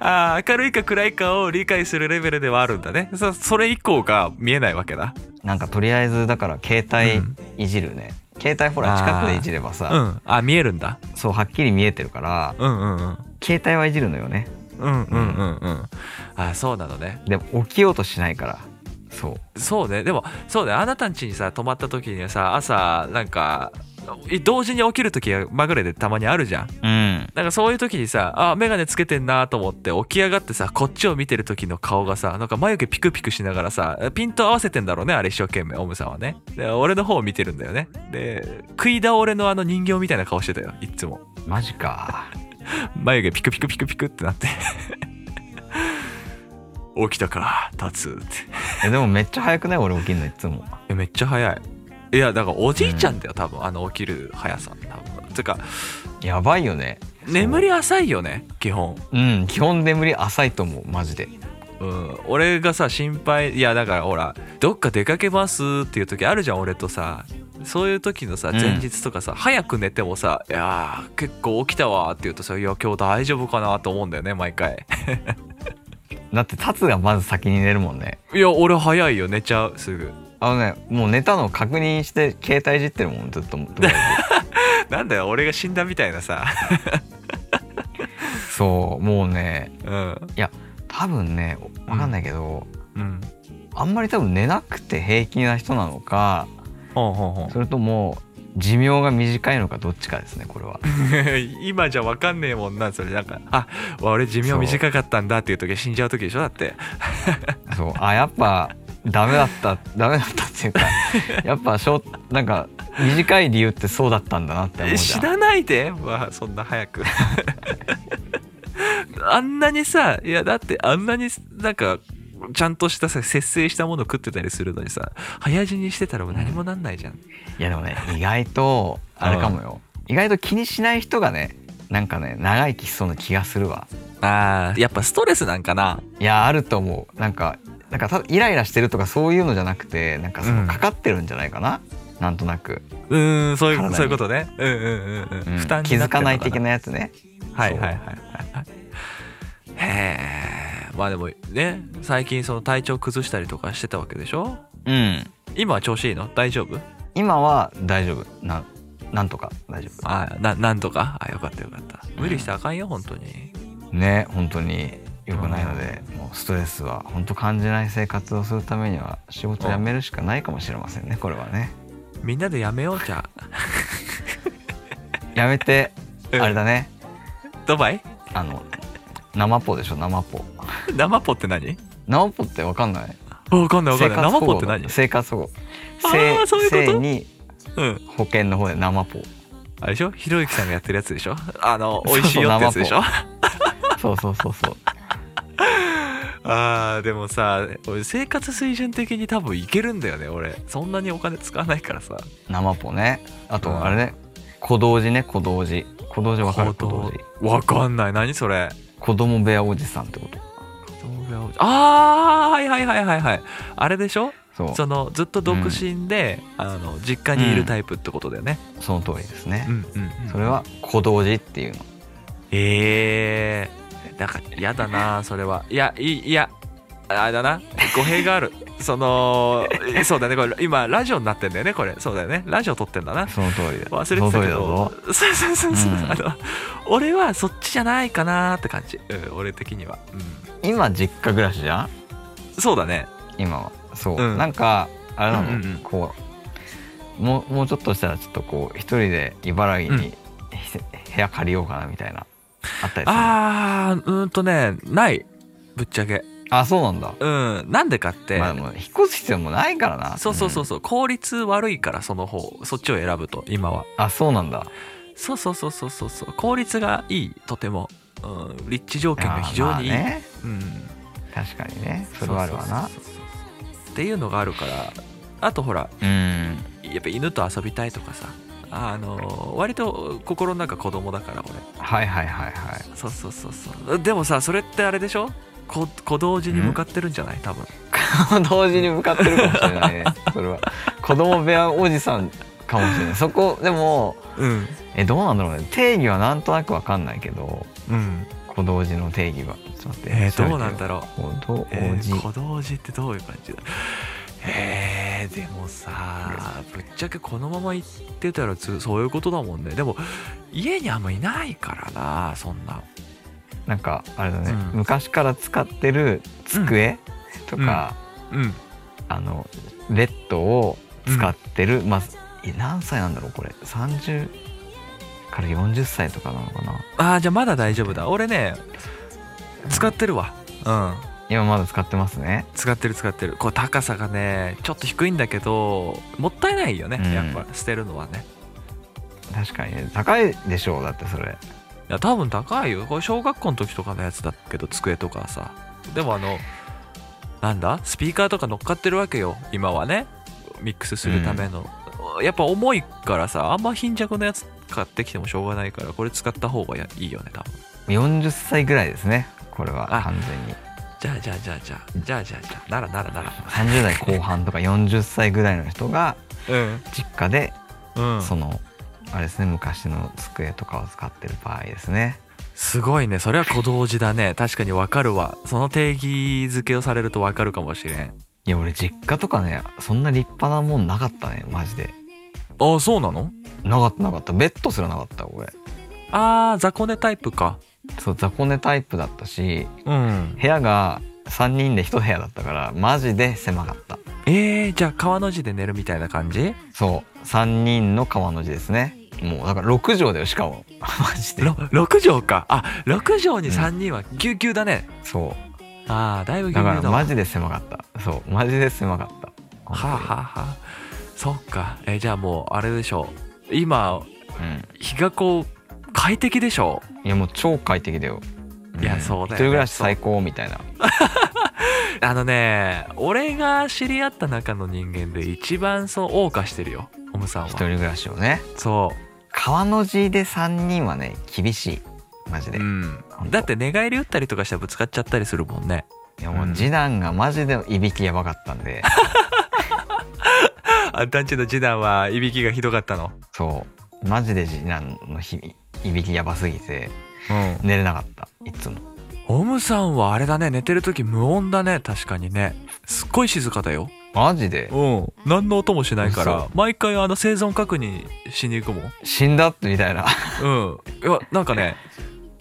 Speaker 3: あー明るいか暗いかを理解するレベルではあるんだねそそれ以降が見えないわけだ
Speaker 4: なんかとりあえずだから携
Speaker 3: うん
Speaker 4: 帯いじるね、携帯ほら近くでいじれば
Speaker 3: う
Speaker 4: さ、
Speaker 3: んあ見えるんだ
Speaker 4: そうはっきり見えてるから
Speaker 3: うんうんうん
Speaker 4: 携帯はいじるのよね
Speaker 3: うんうんうんうんあーそうなのね
Speaker 4: でも起きようとしないからそう
Speaker 3: そうねでもそうねあなたん家にさ泊まった時にはさ朝なんかい同時に起きる時がまぐれでたまにあるじゃん
Speaker 4: うん
Speaker 3: なんかそういう時にさあ眼鏡つけてんなと思って起き上がってさこっちを見てる時の顔がさなんか眉毛ピクピクしながらさピント合わせてんだろうねあれ一生懸命オムさんはねで俺の方を見てるんだよねで食い倒れのあの人形みたいな顔してたよいっつも
Speaker 4: マジか
Speaker 3: 眉毛ピクピクピクピクってなって <laughs> 起きたか立つって
Speaker 4: えでもめっちゃ早くない俺起きんのいつも
Speaker 3: えめっちゃ早いいやだからおじいちゃんだよ多分あの起きる速さ多分てか
Speaker 4: やばいよね
Speaker 3: 眠り浅いよね基本
Speaker 4: うん基本眠り浅いと思うマジで
Speaker 3: うん、俺がさ心配いやだからほらどっか出かけますっていう時あるじゃん俺とさそういう時のさ
Speaker 4: ん
Speaker 3: 前日とかさ、早く寝てもさ「いやー結構起きたわ」って言うとさ「いや今日大丈夫かな?」と思うんだよね毎回 <laughs>
Speaker 4: だってタツがまず先に寝るもんね
Speaker 3: いや俺早いよ寝ちゃうすぐ
Speaker 4: あのねもう寝たのを確認して携帯いじってるもんずっ <laughs> と
Speaker 3: なんだよ俺が死んだみたいなさ <laughs>
Speaker 4: そうもうね
Speaker 3: うん
Speaker 4: いや多分ね分かんないけど、
Speaker 3: うん
Speaker 4: あんまり多分寝なくて平気な人なのか
Speaker 3: ほんほんほん
Speaker 4: それとも寿命が短いのかどっちかですねこれは
Speaker 3: <laughs> 今じゃ分かんねえもんなそれなんかあ俺寿命短かったんだっていう時死んじゃう時でしょだって
Speaker 4: そうあやっぱダメだったダメだったっていう
Speaker 3: <laughs>
Speaker 4: かやっぱしょなんか短い理由ってそうだったんだなって思うじゃ
Speaker 3: 知
Speaker 4: ん
Speaker 3: らないで、まあ、そんな
Speaker 4: <laughs>
Speaker 3: 早くあんなにさいやだってあんなになんかちゃんとしたさ節制したもの食ってたりするのにさ早死にしてたらもう何もなんないじゃん、
Speaker 4: いやでもね意外とあれかもよ、意外と気にしない人がねなんかね長生きしそうな気がするわ
Speaker 3: あーやっぱストレスなんかない
Speaker 4: やあると思うなんかなんかただイライラしてるとかそういうのじゃなくてなんかそ
Speaker 3: うん
Speaker 4: のかかってるんじゃないかな、なんとなく、
Speaker 3: うーんそうい
Speaker 4: 体
Speaker 3: う
Speaker 4: に
Speaker 3: そういうことねうんうんうんうん、
Speaker 4: うん
Speaker 3: 負担
Speaker 4: 気
Speaker 3: にな
Speaker 4: づ
Speaker 3: って
Speaker 4: か
Speaker 3: るの
Speaker 4: ない的なやつね
Speaker 3: はい
Speaker 4: そ
Speaker 3: は
Speaker 4: う
Speaker 3: いはいはいはいへえまあでもね最近その体調崩したりとかしてたわけでしょ
Speaker 4: うん
Speaker 3: 今は調子いいの大丈夫
Speaker 4: 今は大丈夫ななんとか大丈
Speaker 3: あななんとかあよかったよかった無理してあかんよ本当に
Speaker 4: 夫ね本当に良くないので、もうストレスは本当感じない生活をするためには仕事辞めるしかないかもしれませんねこれはね
Speaker 3: みんなでやめようじゃあ
Speaker 4: やめて
Speaker 3: うん
Speaker 4: あれだね
Speaker 3: ドバイ
Speaker 4: あの生ポでしょ生ポ
Speaker 3: 生ポって何
Speaker 4: 生ポってわかんない
Speaker 3: わかんないわかんな
Speaker 4: 生
Speaker 3: い
Speaker 4: 活
Speaker 3: 生
Speaker 4: 保
Speaker 3: ポ
Speaker 4: 護
Speaker 3: って何
Speaker 4: の生活保護
Speaker 3: あーそういうこと
Speaker 4: 生に
Speaker 3: うん
Speaker 4: 保険の方で生ポ
Speaker 3: あれでしょひろゆきさんがやってるやつでしょあの美味しいよ
Speaker 4: <laughs> そうそう
Speaker 3: ってやつでしょ
Speaker 4: そうそうそうそう
Speaker 3: あーでもさ俺生活水準的に多分いけるんだよね俺そんなにお金使わないからさ
Speaker 4: 生ポねあ
Speaker 3: うん
Speaker 4: とあれね小道寺ね小道寺小道寺わかる小道
Speaker 3: 行
Speaker 4: 寺
Speaker 3: 動わかんない何それ
Speaker 4: 子供部屋おじさんってこと
Speaker 3: ああはいはいはいはいはいあれでしょ
Speaker 4: そう
Speaker 3: そ
Speaker 4: そ
Speaker 3: のずっと独身で、あの実家にいるタイプってことだよね、
Speaker 4: の通りですね、
Speaker 3: うんうんうん
Speaker 4: それは小道寺っていうの
Speaker 3: ええなんか嫌だなそれはいやいいやあれだな語弊がある <laughs> そのそうだねこれ今ラジオになってんだよねこれそうだよねラジオ撮ってんだな
Speaker 4: その通りだ
Speaker 3: 忘れてたけ
Speaker 4: その
Speaker 3: ど
Speaker 4: 通りだぞ
Speaker 3: そうそうそうそう、
Speaker 4: うん
Speaker 3: あの俺はそっちじゃないかなって感じ、うん、俺的には、うん、
Speaker 4: 今実家暮らしじゃん
Speaker 3: そうだね
Speaker 4: 今はそう、
Speaker 3: うん
Speaker 4: なんかあれなの、
Speaker 3: うんうんうん
Speaker 4: こうもうもうちょっとしたらちょっとこう一人で茨城に、ひ部屋借りようかなみたいなあったりするあ
Speaker 3: あーうーんとねないぶっちゃけ
Speaker 4: あそうなんだ、
Speaker 3: うんなんでかって、
Speaker 4: まあでも引っ越す必要もないからな
Speaker 3: そうそうそ
Speaker 4: う
Speaker 3: う
Speaker 4: ん
Speaker 3: そう効率悪いからその方そっちを選ぶと今は
Speaker 4: あそうなんだ
Speaker 3: そうそうそうそうそうそう効率がいいとても、うん、立地条件が非常にいい、
Speaker 4: あーまあね
Speaker 3: うん、
Speaker 4: 確かにねそれはあるわな
Speaker 3: そうそうそうそうっていうのがあるからあとほら
Speaker 4: うん
Speaker 3: やっぱ犬と遊びたいとかさあの割と心の中子供だから俺
Speaker 4: はいはいはいはい
Speaker 3: そうそうそうそうでもさそれってあれでしょこ小同時に向かってるんじゃない多分 <laughs>
Speaker 4: 同時に向かってるかもしれないねそれは子供部屋おじさんかもしれないそこでも
Speaker 3: うん
Speaker 4: えどうなんだろうね定義はなんとなくわかんないけど
Speaker 3: うん
Speaker 4: 小同時の定義はちょっと待って、
Speaker 3: えーどうなんだろう
Speaker 4: う小同時、
Speaker 3: えー、小同時ってどういう感じだえー、でもさぶっちゃけこのまま行ってたらつそういうことだもんねでも家にあんまいないからなそんな
Speaker 4: なんかあれだね、
Speaker 3: うん
Speaker 4: 昔から使ってる机とか、
Speaker 3: うん
Speaker 4: あのベッドを使ってる、まあえ何歳なんだろうこれ30から40歳とかなのかな
Speaker 3: ああじゃあまだ大丈夫だ俺ね使ってるわうん
Speaker 4: 今まだ使ってますね
Speaker 3: 使ってる使ってるこう高さがねちょっと低いんだけどもったいないよね、
Speaker 4: うん
Speaker 3: やっぱ捨てるのはね
Speaker 4: 確かにね高いでしょうだってそれ
Speaker 3: いや多分高いよこれ小学校の時とかのやつだけど机とかさでもあのなんだスピーカーとか乗っかってるわけよ今はねミックスするための、やっぱ重いからさあんま貧弱なやつ買ってきてもしょうがないからこれ使った方がやいいよね多分
Speaker 4: 40歳ぐらいですねこれは
Speaker 3: あ
Speaker 4: 完全に
Speaker 3: じゃあじゃあじゃあじゃあじゃあじゃあじゃあならならなら
Speaker 4: 30代後半とか40歳ぐらいの人が
Speaker 3: うん
Speaker 4: 実家で
Speaker 3: うん
Speaker 4: その、あれですね昔の机とかを使ってる場合ですね
Speaker 3: すごいねそれは小同時だね確かにわかるわその定義づけをされるとわかるかもしれん
Speaker 4: いや俺実家とかねそんな立派なもんなかったねマジで
Speaker 3: ああそうなの
Speaker 4: なかったなかったベッドすらなかった俺
Speaker 3: あー雑魚寝タイプか
Speaker 4: そう雑魚寝タイプだったし
Speaker 3: うん
Speaker 4: 部屋が3人で1部屋だったからマジで狭かった
Speaker 3: えー、じゃあ川の字で寝るみたいな感じ
Speaker 4: そう3人の川の字ですねもうだから6畳だよしかも <laughs> マジで
Speaker 3: ろ6畳かあ6畳に3人はぎゅうぎゅうだね、
Speaker 4: そ
Speaker 3: ああだいぶ
Speaker 4: う
Speaker 3: ぎゅ
Speaker 4: だ
Speaker 3: うぎ
Speaker 4: から
Speaker 3: ゅうだわ
Speaker 4: マジで狭かったそうマジで狭かった
Speaker 3: はあ、はあはあ、そっかえーじゃあもうあれでしょう今
Speaker 4: う
Speaker 3: 日がこう快適でしょ
Speaker 4: ん、いやもう超快適だよ、
Speaker 3: いやそう
Speaker 4: 一人
Speaker 3: だよね
Speaker 4: 暮らし最高みたいな
Speaker 3: あのね俺が知り合った中の人間で一番そう謳歌してるよオムさん
Speaker 4: 一人
Speaker 3: は
Speaker 4: 暮らしをね
Speaker 3: そ
Speaker 4: 川の字で3人はね厳しいマジ
Speaker 3: う、
Speaker 4: で、
Speaker 3: う
Speaker 4: い
Speaker 3: ん
Speaker 4: ほん、と
Speaker 3: だって寝返り打ったりとかしたらぶつかっちゃったりするもんね
Speaker 4: やもう
Speaker 3: うん
Speaker 4: 次男がマジでいびきやばかったん
Speaker 3: <laughs>
Speaker 4: で
Speaker 3: あんたんちの次男はいびきがひどかったの
Speaker 4: そうマジで次男の日々いびきやばすぎて
Speaker 3: うん
Speaker 4: 寝れなかったいつも
Speaker 3: オムさんはあれだね寝てる時無音だね確かにねすっごい静かだよ
Speaker 4: マジで
Speaker 3: うん何の音もしないから
Speaker 4: 嘘
Speaker 3: 毎回あの生存確認しに行くもん
Speaker 4: 死んだってみた
Speaker 3: <laughs>
Speaker 4: いな
Speaker 3: うんいやなんかね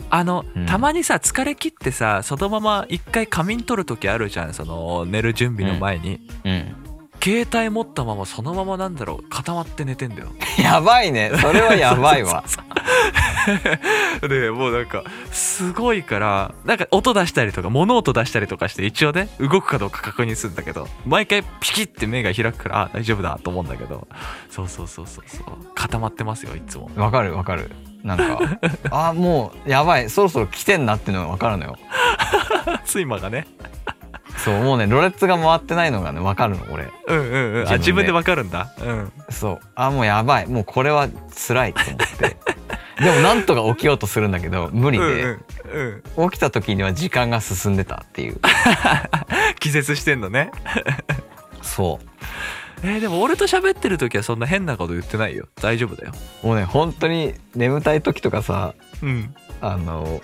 Speaker 3: あの、
Speaker 4: うん
Speaker 3: たまにさ疲れ切ってさそのまま一回仮眠取る時あるじゃんその寝る準備の前に、
Speaker 4: うん
Speaker 3: 携帯持ったままそのままなんだろう固まって寝てんだよ
Speaker 4: やばいねそれはやばい
Speaker 3: <laughs>
Speaker 4: わ
Speaker 3: でもうなんかすごいからなんか音出したりとか物音出したりとかして一応ね動くかどうか確認するんだけど毎回ピキッて目が開くからあ大丈夫だと思うんだけどそうそうそうそうそう固まってますよいつも <laughs>
Speaker 4: わかるわかるなんかあもうやばいそろそろ来てんなっていうのがわかるのよ
Speaker 3: 睡魔がね
Speaker 4: そうもうねろれつが回ってないのがねわかるの俺
Speaker 3: うんうんうんあ
Speaker 4: 自分で
Speaker 3: 自分でわかるんだうん
Speaker 4: そうあもうやばいもうこれは辛いと思って
Speaker 3: <laughs>
Speaker 4: でもなんとか起きようとするんだけど無理
Speaker 3: うん
Speaker 4: で、
Speaker 3: うんうん
Speaker 4: 起きた時には時間が進んでたっていう
Speaker 3: 気絶してんのね
Speaker 4: そう
Speaker 3: えーでも俺と喋ってる時はそんな変なこと言ってないよ大丈夫だよ
Speaker 4: もうね本当に眠たい時とかさ
Speaker 3: うん
Speaker 4: あの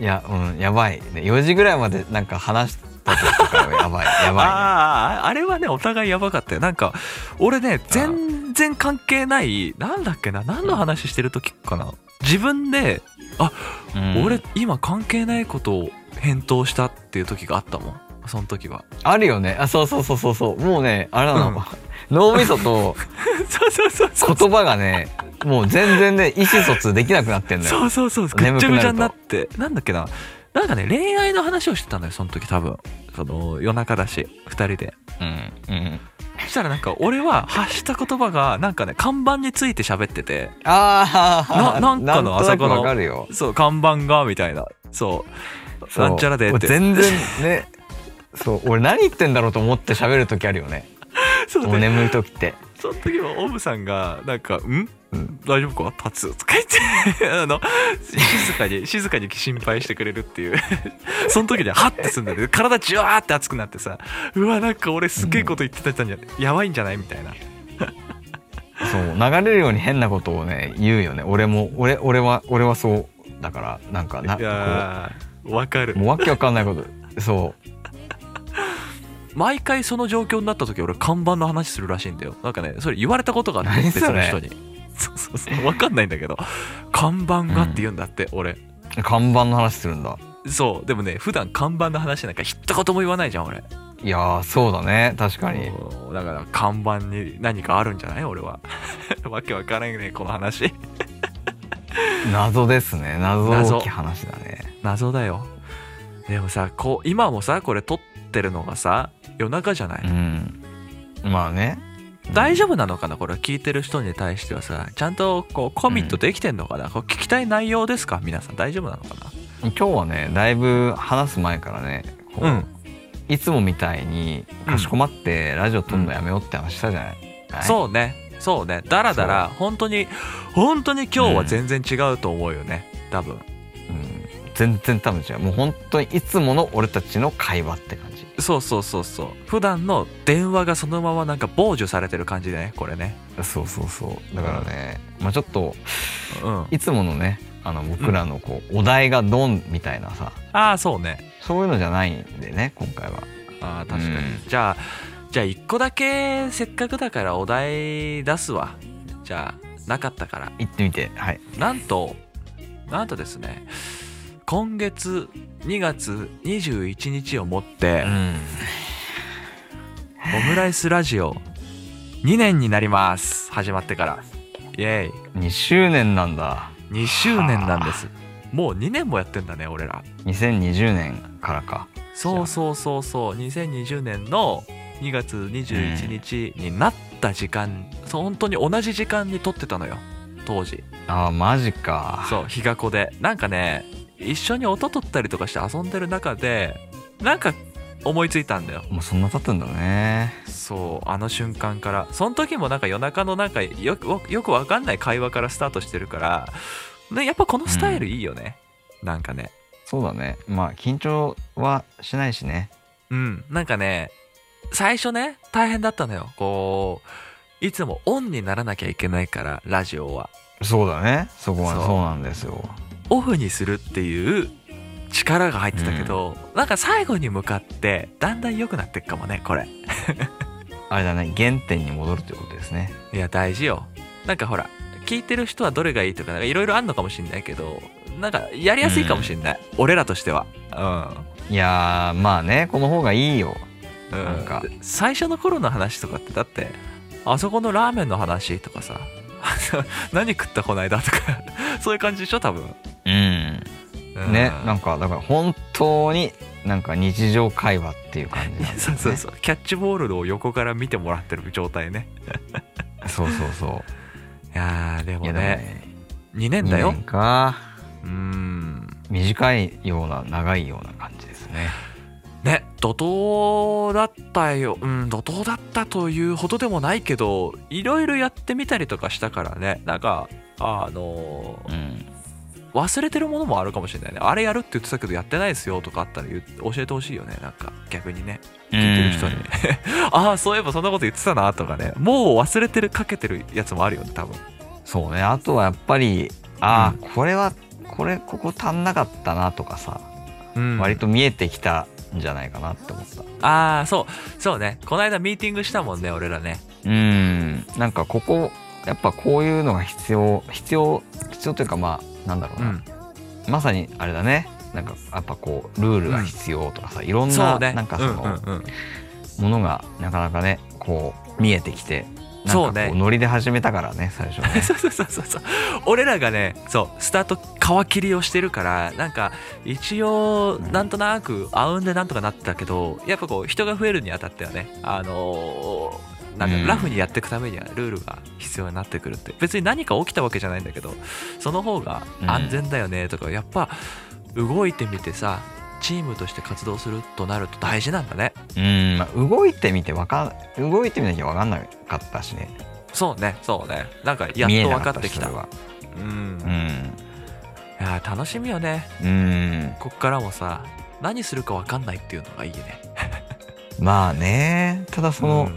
Speaker 4: いやうんやばいね4時ぐらいまでなんか話した時とか <laughs> はやばいやば
Speaker 3: あああれはねお互いやばかったよなんか俺ね全然関係ないなんだっけな何の話してる時かな自分で
Speaker 4: いね、うん
Speaker 3: 俺今関係ないことを返答したっていう時があったもんその時は
Speaker 4: あるよねあそうそうそうそうそうもうねあれなの、
Speaker 3: うん
Speaker 4: 脳みそと
Speaker 3: <laughs> <laughs> そうそうそうそう
Speaker 4: 言葉がねもう全然ね意思疎通できなくなってんのよ
Speaker 3: そうそうそうぐっ
Speaker 4: 眠
Speaker 3: ち
Speaker 4: く
Speaker 3: ゃ
Speaker 4: なると
Speaker 3: ぐちゃになってなんだっけななんかね恋愛の話をしてたのよその時多分その夜中だし2人で
Speaker 4: うんうん
Speaker 3: そしたらなんか俺は発した言葉がなんかね看板について喋ってて
Speaker 4: ああ
Speaker 3: ななんかの
Speaker 4: と
Speaker 3: あそ
Speaker 4: なく
Speaker 3: この
Speaker 4: わかるよ
Speaker 3: そう看板がみたいなそう
Speaker 4: そう
Speaker 3: なんちゃらでっ
Speaker 4: もう
Speaker 3: て
Speaker 4: 全然ねそう俺何言ってんだろうと思って喋る時あるよね
Speaker 3: そう
Speaker 4: もう
Speaker 3: ね
Speaker 4: 眠い時って
Speaker 3: その時もオムさんがなんか「ん
Speaker 4: うん
Speaker 3: 大丈夫か立つ」とか言って <laughs> あの静かに静かに心配してくれるっていう <laughs> その時にはハッてすんだけど体じわーって熱くなってさうわなんか俺すげえこと言ってたんじゃ、やばいんじゃないみたいな
Speaker 4: そう流れるように変なことをね言うよね俺も俺俺は俺はそうだからなんかない
Speaker 3: やーわかる
Speaker 4: こうもうわけわかんないことそう
Speaker 3: 毎回その状況になった時俺看板の話するらしいんだよなんかねそれ言われたことがあって
Speaker 4: 何
Speaker 3: 別
Speaker 4: そ
Speaker 3: の
Speaker 4: れ
Speaker 3: 人にそうそうそうわかんないんだけど看板がって言うんだって、俺
Speaker 4: 看板の話するんだ
Speaker 3: そうでもね普段看板の話なんか一言も言わないじゃん俺
Speaker 4: いやーそうだね確かに
Speaker 3: そうだから看板に何かあるんじゃない俺は <laughs> わけわからんねこの話
Speaker 4: 謎ですね謎
Speaker 3: 謎
Speaker 4: 大きい話だね
Speaker 3: 謎だよでもさこう今もさこれ撮ってるのがさ夜中じゃない、
Speaker 4: うんまあね
Speaker 3: 大丈夫なのかなこれ聞いてる人に対してはさちゃんとこうコミットできてんのかな、こう聞きたい内容ですか皆さん大丈夫なのか
Speaker 4: 今
Speaker 3: な
Speaker 4: 日はねだいぶ話す前からねこう、
Speaker 3: うん
Speaker 4: いつもみたいにかしこまってラジオ撮るのやめようって話したじゃない、はい
Speaker 3: そうねそうねだらだら本当に本当に今日は全然違うと思うよね、多分
Speaker 4: うん、全然多分違うもう本当にいつもの俺たちの会話って感じ
Speaker 3: そうそうそうそう普段の電話がそのままなんか傍受されてる感じだねこれね
Speaker 4: そうそうそうだからね、まあ、ちょっと
Speaker 3: うん
Speaker 4: いつものねあの僕らのこう、お題がドンみたいなさ
Speaker 3: ああそうね
Speaker 4: そういうのじゃないんでね今回は
Speaker 3: ああ確かに、
Speaker 4: うん
Speaker 3: じゃあじゃあ1個だけせっかくだからお題出すわじゃあなかったから
Speaker 4: 行ってみてはい
Speaker 3: なんとなんとですね今月2月21日をもって、
Speaker 4: ん
Speaker 3: オムライスラジオ2年になります始まってからイエイ
Speaker 4: 2周年なんだ
Speaker 3: 2周年なんですもう2年もやってんだね俺ら
Speaker 4: 2020年からか
Speaker 3: そうそうそうそう2020年の2月21日になった時間、そう本当に同じ時間に撮ってたのよ当時
Speaker 4: ああマジか
Speaker 3: そう日が子でなんかね一緒に音取ったりとかして遊んでる中でなんか思いついたんだよ
Speaker 4: もうそんな経つんだね
Speaker 3: そうあの瞬間からその時もなんか夜中のなんかよくわよくわかんない会話からスタートしてるから、ね、やっぱこのスタイルいいよね、なんかね
Speaker 4: そうだねまあ緊張はしないしね
Speaker 3: うんなんかね最初ね大変だったのよこういつもオンにならなきゃいけないからラジオは
Speaker 4: そうだねそこは
Speaker 3: そう
Speaker 4: そうなんですよ
Speaker 3: オフにするっていう力が入ってたけど、なんか最後に向かってだんだん良くなっていくかもねこれ
Speaker 4: あれだね原点に戻るということですね
Speaker 3: いや大事よなんかほら聞いてる人はどれがいいとかなんかいろいろあんのかもしんないけどなんかやりやすいかもしんない、俺らとしては
Speaker 4: いやーまあねこの方がいいよ
Speaker 3: うん、うん、
Speaker 4: なんか
Speaker 3: 最初の頃の話とかってだってあそこのラーメンの話とかさ <laughs> 何食ったこないだとか <laughs> そういう感じでしょ多分、
Speaker 4: うん
Speaker 3: うん
Speaker 4: ねなんかだから本当になんか日常会話っていう感じなんだよね
Speaker 3: そうそうそうキャッチボールを横から見てもらってる状態ね
Speaker 4: そうそうそ
Speaker 3: いやーで
Speaker 4: う
Speaker 3: も
Speaker 4: い
Speaker 3: ね
Speaker 4: やでもね
Speaker 3: 2年
Speaker 4: 2
Speaker 3: だよ
Speaker 4: 年か
Speaker 3: うーん
Speaker 4: 短いような長いような感じですね
Speaker 3: ね怒涛だったようん怒涛だったというほどでもないけどいろいろやってみたりとかしたからねなんかあのー
Speaker 4: ん
Speaker 3: 忘れてるものもあるかもしれないねあれやるって言ってたけどやってないですよとかあったら言う教えてほしいよねなんか逆にね聞いてる人に <laughs> ああそういえばそんなこと言ってたなとかねもう忘れてるかけてるやつもあるよね多分
Speaker 4: そうねあとはやっぱりああ、これはこれここ足んなかったなとかさ、
Speaker 3: うん
Speaker 4: 割と見えてきたんじゃないかなって思った
Speaker 3: ああそうそうねこの間ミーティングしたもんね俺らね
Speaker 4: うんなんかここやっぱこういうのが必要必要必要というかまあなんだろう
Speaker 3: う
Speaker 4: な、
Speaker 3: ん
Speaker 4: まさにあれだねなんかやっぱこうルールが必要とかさ、いろん
Speaker 3: そ
Speaker 4: な,、
Speaker 3: うね
Speaker 4: なんかその、
Speaker 3: うんうんうん
Speaker 4: ものがなかなかねこう見えてきてなんか
Speaker 3: そ
Speaker 4: こ
Speaker 3: う
Speaker 4: う
Speaker 3: ね
Speaker 4: ノリで始めたからね最初ね
Speaker 3: <laughs> そうそうそうそうそう俺らがねそうスタート皮切りをしてるからなんか一応
Speaker 4: うん
Speaker 3: なんとなくあうんでなんとかなってたけどやっぱこう人が増えるにあたってはねあのーなん
Speaker 4: う
Speaker 3: か
Speaker 4: ん
Speaker 3: ラフにやっていくためにはルールが必要になってくるって別に何か起きたわけじゃないんだけどその方が安全だよねとかやっぱ動いてみてさチームとして活動するとなると大事なんだね
Speaker 4: うん、まあ、動いてみてわかん動いてみなきゃ分かんなかったしね
Speaker 3: そうねそうねなんかやっ
Speaker 4: 見え
Speaker 3: と
Speaker 4: な
Speaker 3: 分か
Speaker 4: っ
Speaker 3: って
Speaker 4: し
Speaker 3: きた
Speaker 4: それは
Speaker 3: うん
Speaker 4: うん
Speaker 3: いやー楽しみよね
Speaker 4: うん
Speaker 3: こっからもさ何するか分かんないっていうのがいいね
Speaker 4: まあねただその、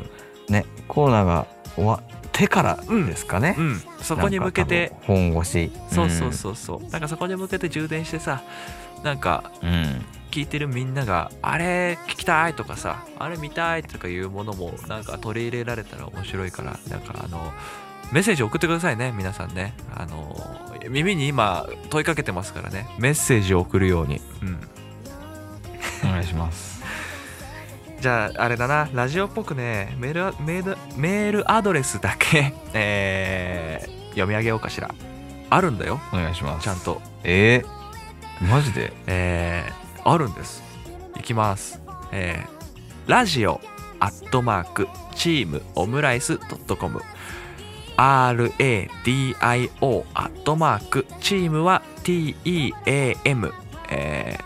Speaker 4: ねコロナが終わってから
Speaker 3: うん
Speaker 4: ですかね、
Speaker 3: うん、うん、そこに向けて
Speaker 4: なんか多分本腰
Speaker 3: そうそうそうそうなんかそこに向けて充電してさなんか
Speaker 4: うん、うん
Speaker 3: 聞いてるみんながあれ聞きたいとかさあれ見たいとかいうものもなんか取り入れられたら面白いからなんかあのメッセージ送ってくださいね皆さんねあの耳に今問いかけてますからねメッセージを送るように、うん、
Speaker 4: お願いします
Speaker 3: じゃああれだなラジオっぽくねメールアメールメールアドレスだけ、 <laughs> えー読み上げようかしらあるんだよ
Speaker 4: お願いします
Speaker 3: ちゃんと、
Speaker 4: えー、マジで
Speaker 3: えーあるんですいきます、えーラジオアットマークチームオムライスドットコム RADIO アットマークチームは TEAM え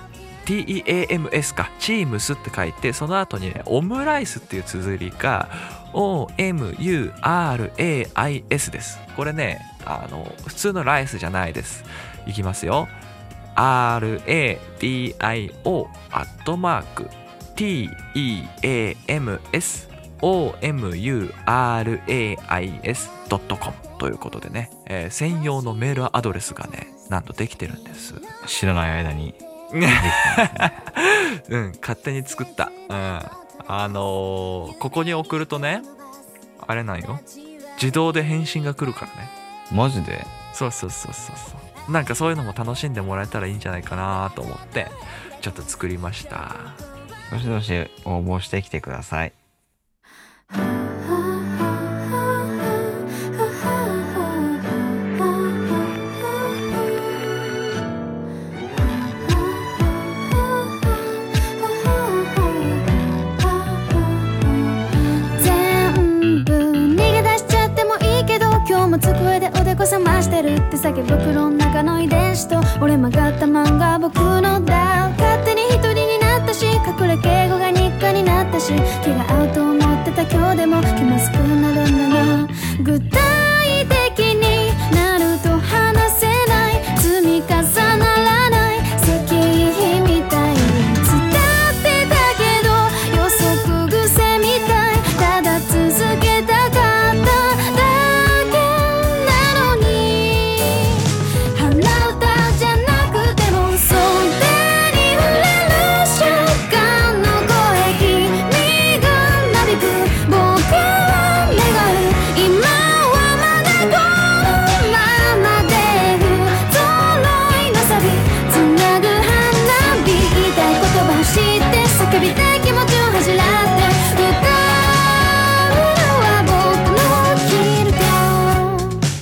Speaker 3: ー TEAMS かチームスって書いてその後にねオムライスっていう綴りが OMURAIS ですこれねあの普通のライスじゃないですいきますよ RADIO アットマーク teamsomurrais.com ということでね、えー専用のメールアドレスがねなんとできてるんです
Speaker 4: 知らない間に
Speaker 3: うん勝手に作ったうんあのーここに送るとねあれなんよ自動で返信が来るからね
Speaker 4: マジで
Speaker 3: そうそうそうそうそうなんかそういうのも楽しんでもらえたらいいんじゃないかなと思ってちょっと作りました
Speaker 4: どしどし応募してきてください
Speaker 5: 全部逃げ出しちゃってもいいけど今日も机でおでこ覚ましてるって叫ぶ袋の中の遺伝子と俺曲がった漫画僕のだ勝手に一人になったし隠れ敬語が日課になったし気が合うと思ってた今日でも気まずくなるんだな具体的になると話せない積み重ならない石碑みたい伝ってたけど予測癖みたいただ続けたかっただけなのに鼻歌じゃなくても袖に触れる瞬間の声君がなびく僕は願う今はまだこのままで不揃いのサビつなぐ花火言いたい言葉走って叫びたい気持ちを恥じらって歌うのは僕の昼と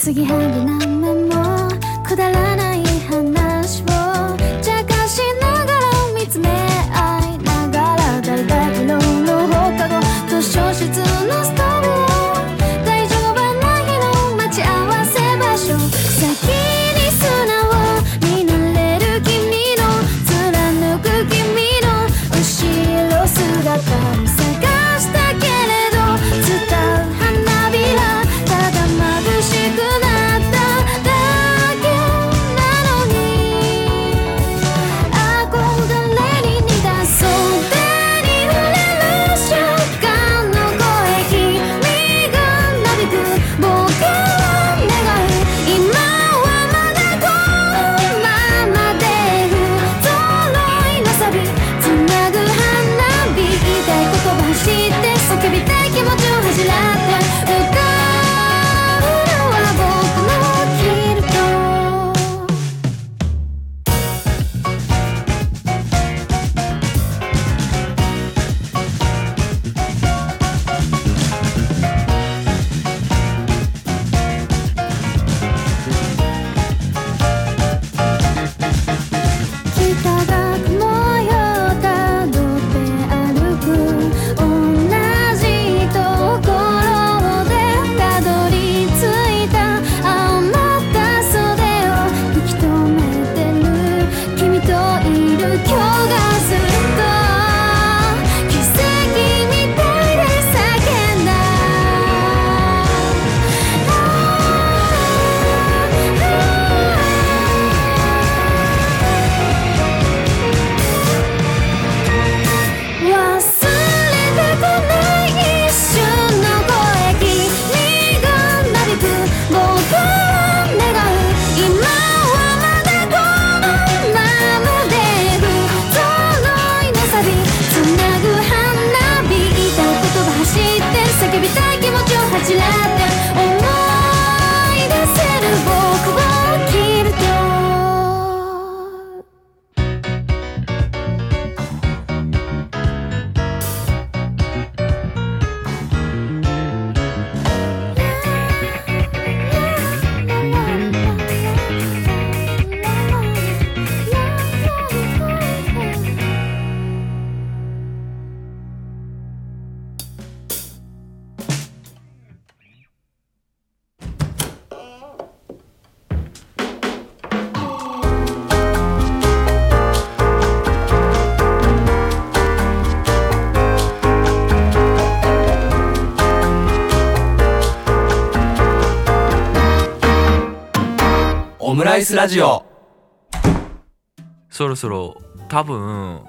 Speaker 5: 継ぎはぎなメもくだらない話を茶化しながら見つめ合いながら誰だ昨日の放課後図書室のストールを大丈夫な日の待ち合わせ場所先に素直になれる君の貫く君の後ろ姿を探したけれど伝う花びらただ眩しくなった
Speaker 4: ムライスラジオ
Speaker 3: そろそろ多分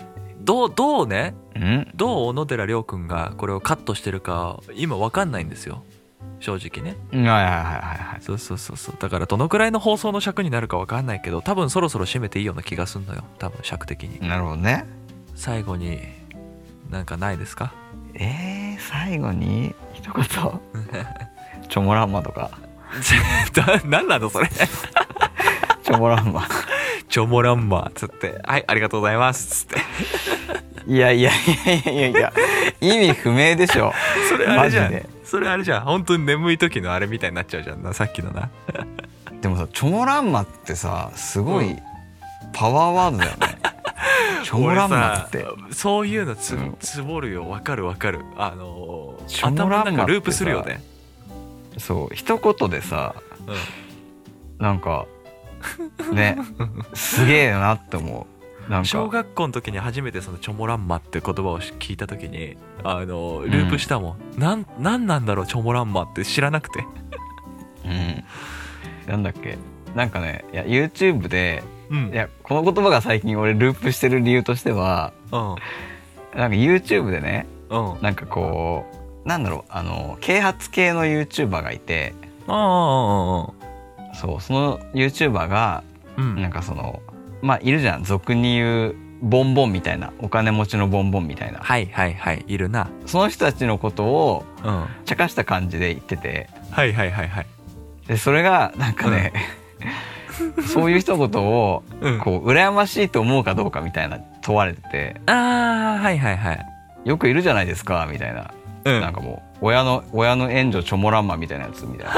Speaker 3: どうどうね
Speaker 4: うん
Speaker 3: どう小野寺亮君がこれをカットしてるか今わかんないんですよ正直ね
Speaker 4: はいはいはいはいはい
Speaker 3: そうそうそうそうだからどのくらいの放送の尺になるかわかんないけど多分そろそろ締めていいような気がすんのよ多分尺的に
Speaker 4: なるほどね。
Speaker 3: 最後になんかないですか <laughs>
Speaker 4: えー、最後に一言。チョモランマとか。
Speaker 3: だ何
Speaker 4: <laughs>
Speaker 3: なのそれ
Speaker 4: チョモランマ。
Speaker 3: チョモランマつって「はいありがとうございます」つって
Speaker 4: いやいやいやいやいやいや、意味不明でしょ。
Speaker 3: <laughs> それあれじゃ
Speaker 4: マジ
Speaker 3: ん
Speaker 4: で
Speaker 3: それあれじゃん本当に眠い時のあれみたいになっちゃうじゃんなさっきのな
Speaker 4: でもさ、チョモランマってさ、すごいパワーワードだよね。
Speaker 3: <laughs>
Speaker 4: チョモランマって。
Speaker 3: 俺さそういうのつ
Speaker 4: うん
Speaker 3: つぼるよわかるわかるあのー
Speaker 4: チョモ
Speaker 3: 頭
Speaker 4: ランマ
Speaker 3: の
Speaker 4: ってさ
Speaker 3: 中ループするよね
Speaker 4: そう、一言でさ、
Speaker 3: うん
Speaker 4: なんか、ね、すげえなって思う。なん
Speaker 3: 小
Speaker 4: か、
Speaker 3: 学校の時に初めてその「チョモランマ」って言葉を聞いた時にあのループしたもん、なん、なんなんだろうチョモランマって知らなくて
Speaker 4: うん。なんだっけ。なんかね、いや、YouTube で、
Speaker 3: うん
Speaker 4: いやこの言葉が最近俺ループしてる理由としては
Speaker 3: うん
Speaker 4: なんか YouTube でね
Speaker 3: うん
Speaker 4: なんかこうなんだろうあの啓発系の YouTuber がいて
Speaker 3: ああ
Speaker 4: そうその YouTuber が
Speaker 3: うんうんう
Speaker 4: なん
Speaker 3: ん
Speaker 4: かそのまあいるじゃん俗に言うボンボンみたいなお金持ちのボンボンみたいな
Speaker 3: はいはいはいいるな
Speaker 4: その人たちのことを
Speaker 3: うんは
Speaker 4: 茶化した感じで言ってて
Speaker 3: いはいはいはい
Speaker 4: でそれがなんかね、 <laughs> そういう一言を
Speaker 3: うん
Speaker 4: こう羨ましいと思うかどうかみたいな問われてて
Speaker 3: ああはいはいはい
Speaker 4: よくいるじゃないですかみたいな
Speaker 3: うん
Speaker 4: なんかもう親の親の援助チョモランマみたいなや <laughs> つみたいな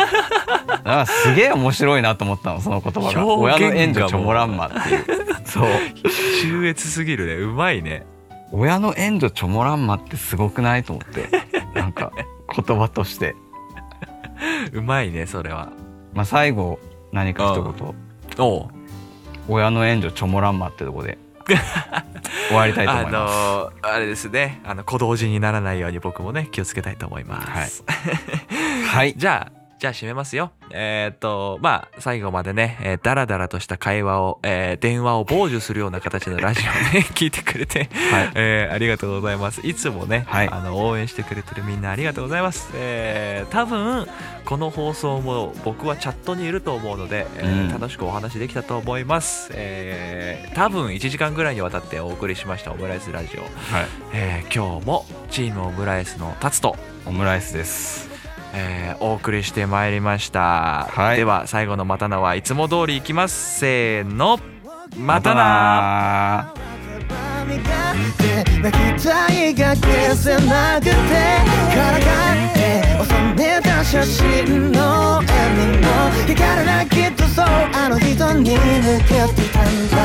Speaker 4: なんかすげえ面白いなと思ったのその言葉が
Speaker 3: 表
Speaker 4: 親
Speaker 3: 現が
Speaker 4: の援助チョモランマって
Speaker 3: <laughs>
Speaker 4: いうそう
Speaker 3: 秀逸すぎるねうまいね
Speaker 4: 親の援助チョモランマってすごくないと思
Speaker 3: <laughs>
Speaker 4: ってなんか言葉として、
Speaker 3: うまいねそれは
Speaker 4: まあ、最後何か一言
Speaker 3: おう
Speaker 4: 親の援助チョモランマってとこで終わりたいと思います、
Speaker 3: あのーあれですねあの小同時にならないように僕もね気をつけたいと思います、
Speaker 4: はい
Speaker 3: じゃあ、じゃあ締めますよ。えーっと、まあ、最後までね、えー、だらだらとした会話を、えー電話を傍受するような形のラジオを
Speaker 4: <laughs>
Speaker 3: ね、聞いてくれて、
Speaker 4: はい
Speaker 3: えーありがとうございます。いつもね、
Speaker 4: はい
Speaker 3: あの、応援してくれてるみんなありがとうございます。えー多分、この放送も僕はチャットにいると思うので、えー
Speaker 4: うん
Speaker 3: 楽しくお話できたと思います。えー多分1時間ぐらいにわたってお送りしましたオムライスラジオ。
Speaker 4: はい、
Speaker 3: えー今日もチームオムライスの達と、
Speaker 4: オムライスです
Speaker 3: えーお送りしてまいりました、
Speaker 4: はい
Speaker 3: では最後の「またな」はいつも通りいきますせーのまたな
Speaker 4: な
Speaker 6: 鏡がって泣きたいが消せなくてからかって収めた写真のエンディングも光るなきっとそうあの人に抜けてたんだ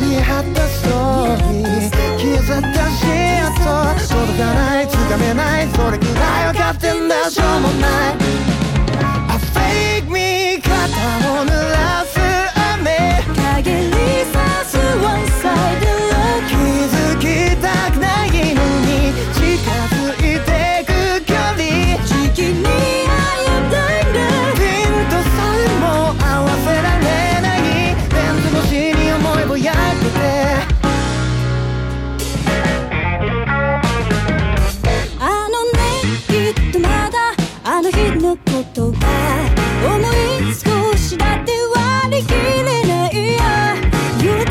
Speaker 6: 見え張ったストーリー刻んだしやっと届かないつかめないそれくらい分かってんだしょうもない I fake me 肩を濡らす雨
Speaker 5: 陰にさす one side look
Speaker 6: 気づきたくないのに近づいてく距離
Speaker 5: 時期に歩んだんだ
Speaker 6: ピンとさえも合わせられないレンズ越しに思いぼやくて
Speaker 5: あのねきっとまだあの日のことが思い少しだって割り切れないや夜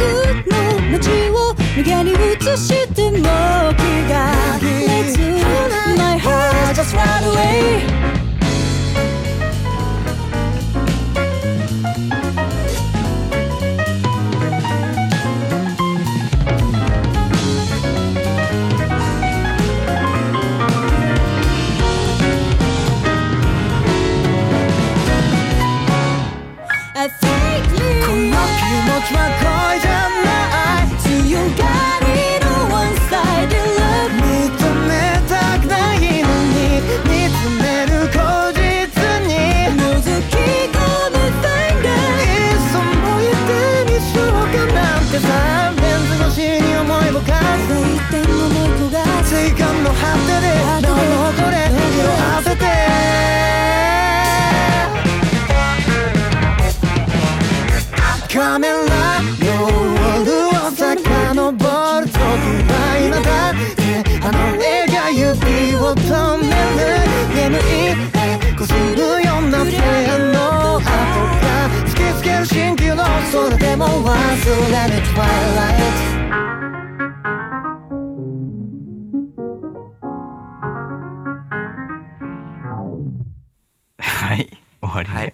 Speaker 5: の街を無限に映しても気が熱く My heart just run away 「
Speaker 6: ためらの夜を遡ると暗い中であの絵が指を止める眠いこするような声の跡が突きつける蜃気楼それでも忘れぬ Twilight
Speaker 4: はい終わ
Speaker 3: は
Speaker 4: り
Speaker 3: い
Speaker 4: で、。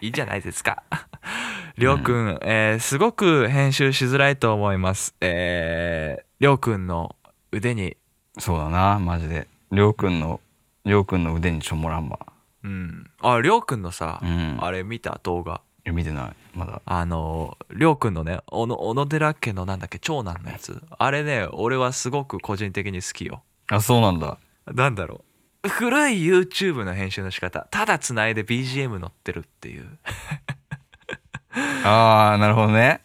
Speaker 3: いいじゃないですか。 <laughs> りょうくん、えーすごく編集しづらいと思います。えー、りょうくんの腕に、
Speaker 4: そうだなマジでりょうくんのりょうくんの腕にちょもらんば
Speaker 3: うん。あ、りょうくんのさ、
Speaker 4: うん
Speaker 3: あれ見た動画。
Speaker 4: いや見てないまだ
Speaker 3: あの、りょうくんのね、おの、小野寺家のなんだっけ、長男のやつ。あれね、俺はすごく個人的に好きよ。
Speaker 4: あそうなんだ
Speaker 3: なんだろう。古い YouTube の編集の仕方。ただ繋いで BGM 乗ってるっていう。
Speaker 4: ああなるほどね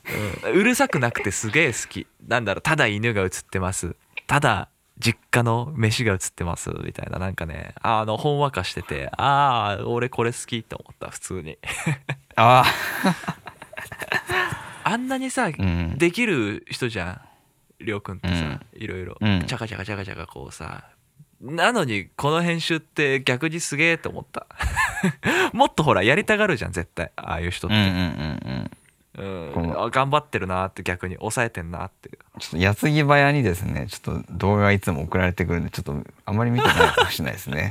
Speaker 3: うるさくなくてすげえ好きなんだろうただ犬が映ってますただ実家の飯が映ってますみたいななんかねあのほんわかしててああ俺これ好きと思った普通に
Speaker 4: あ
Speaker 3: あんなにさ、
Speaker 4: ん
Speaker 3: できる人じゃんりょうくんってさ、いろいろ、
Speaker 4: うん
Speaker 3: チャカチャカチャカチャカこうさなのにこの編集って逆にすげえと思った <laughs> もっとほらやりたがるじゃん絶対ああいう人っ
Speaker 4: あうんうん
Speaker 3: て、
Speaker 4: うんうん
Speaker 3: うん
Speaker 4: この
Speaker 3: あ頑張ってるなって逆に抑えてんなっていう
Speaker 4: ちょっと矢継ぎ早にですねちょっと動画がいつも送られてくるんでちょっとあまり見てないかもしれないですね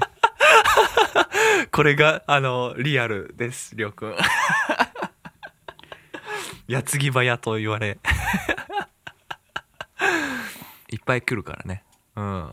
Speaker 3: これが、あの、リアルです、りょうくん。 <laughs> 矢継ぎ早 <laughs> と言われ。いっぱい来るからね。うん。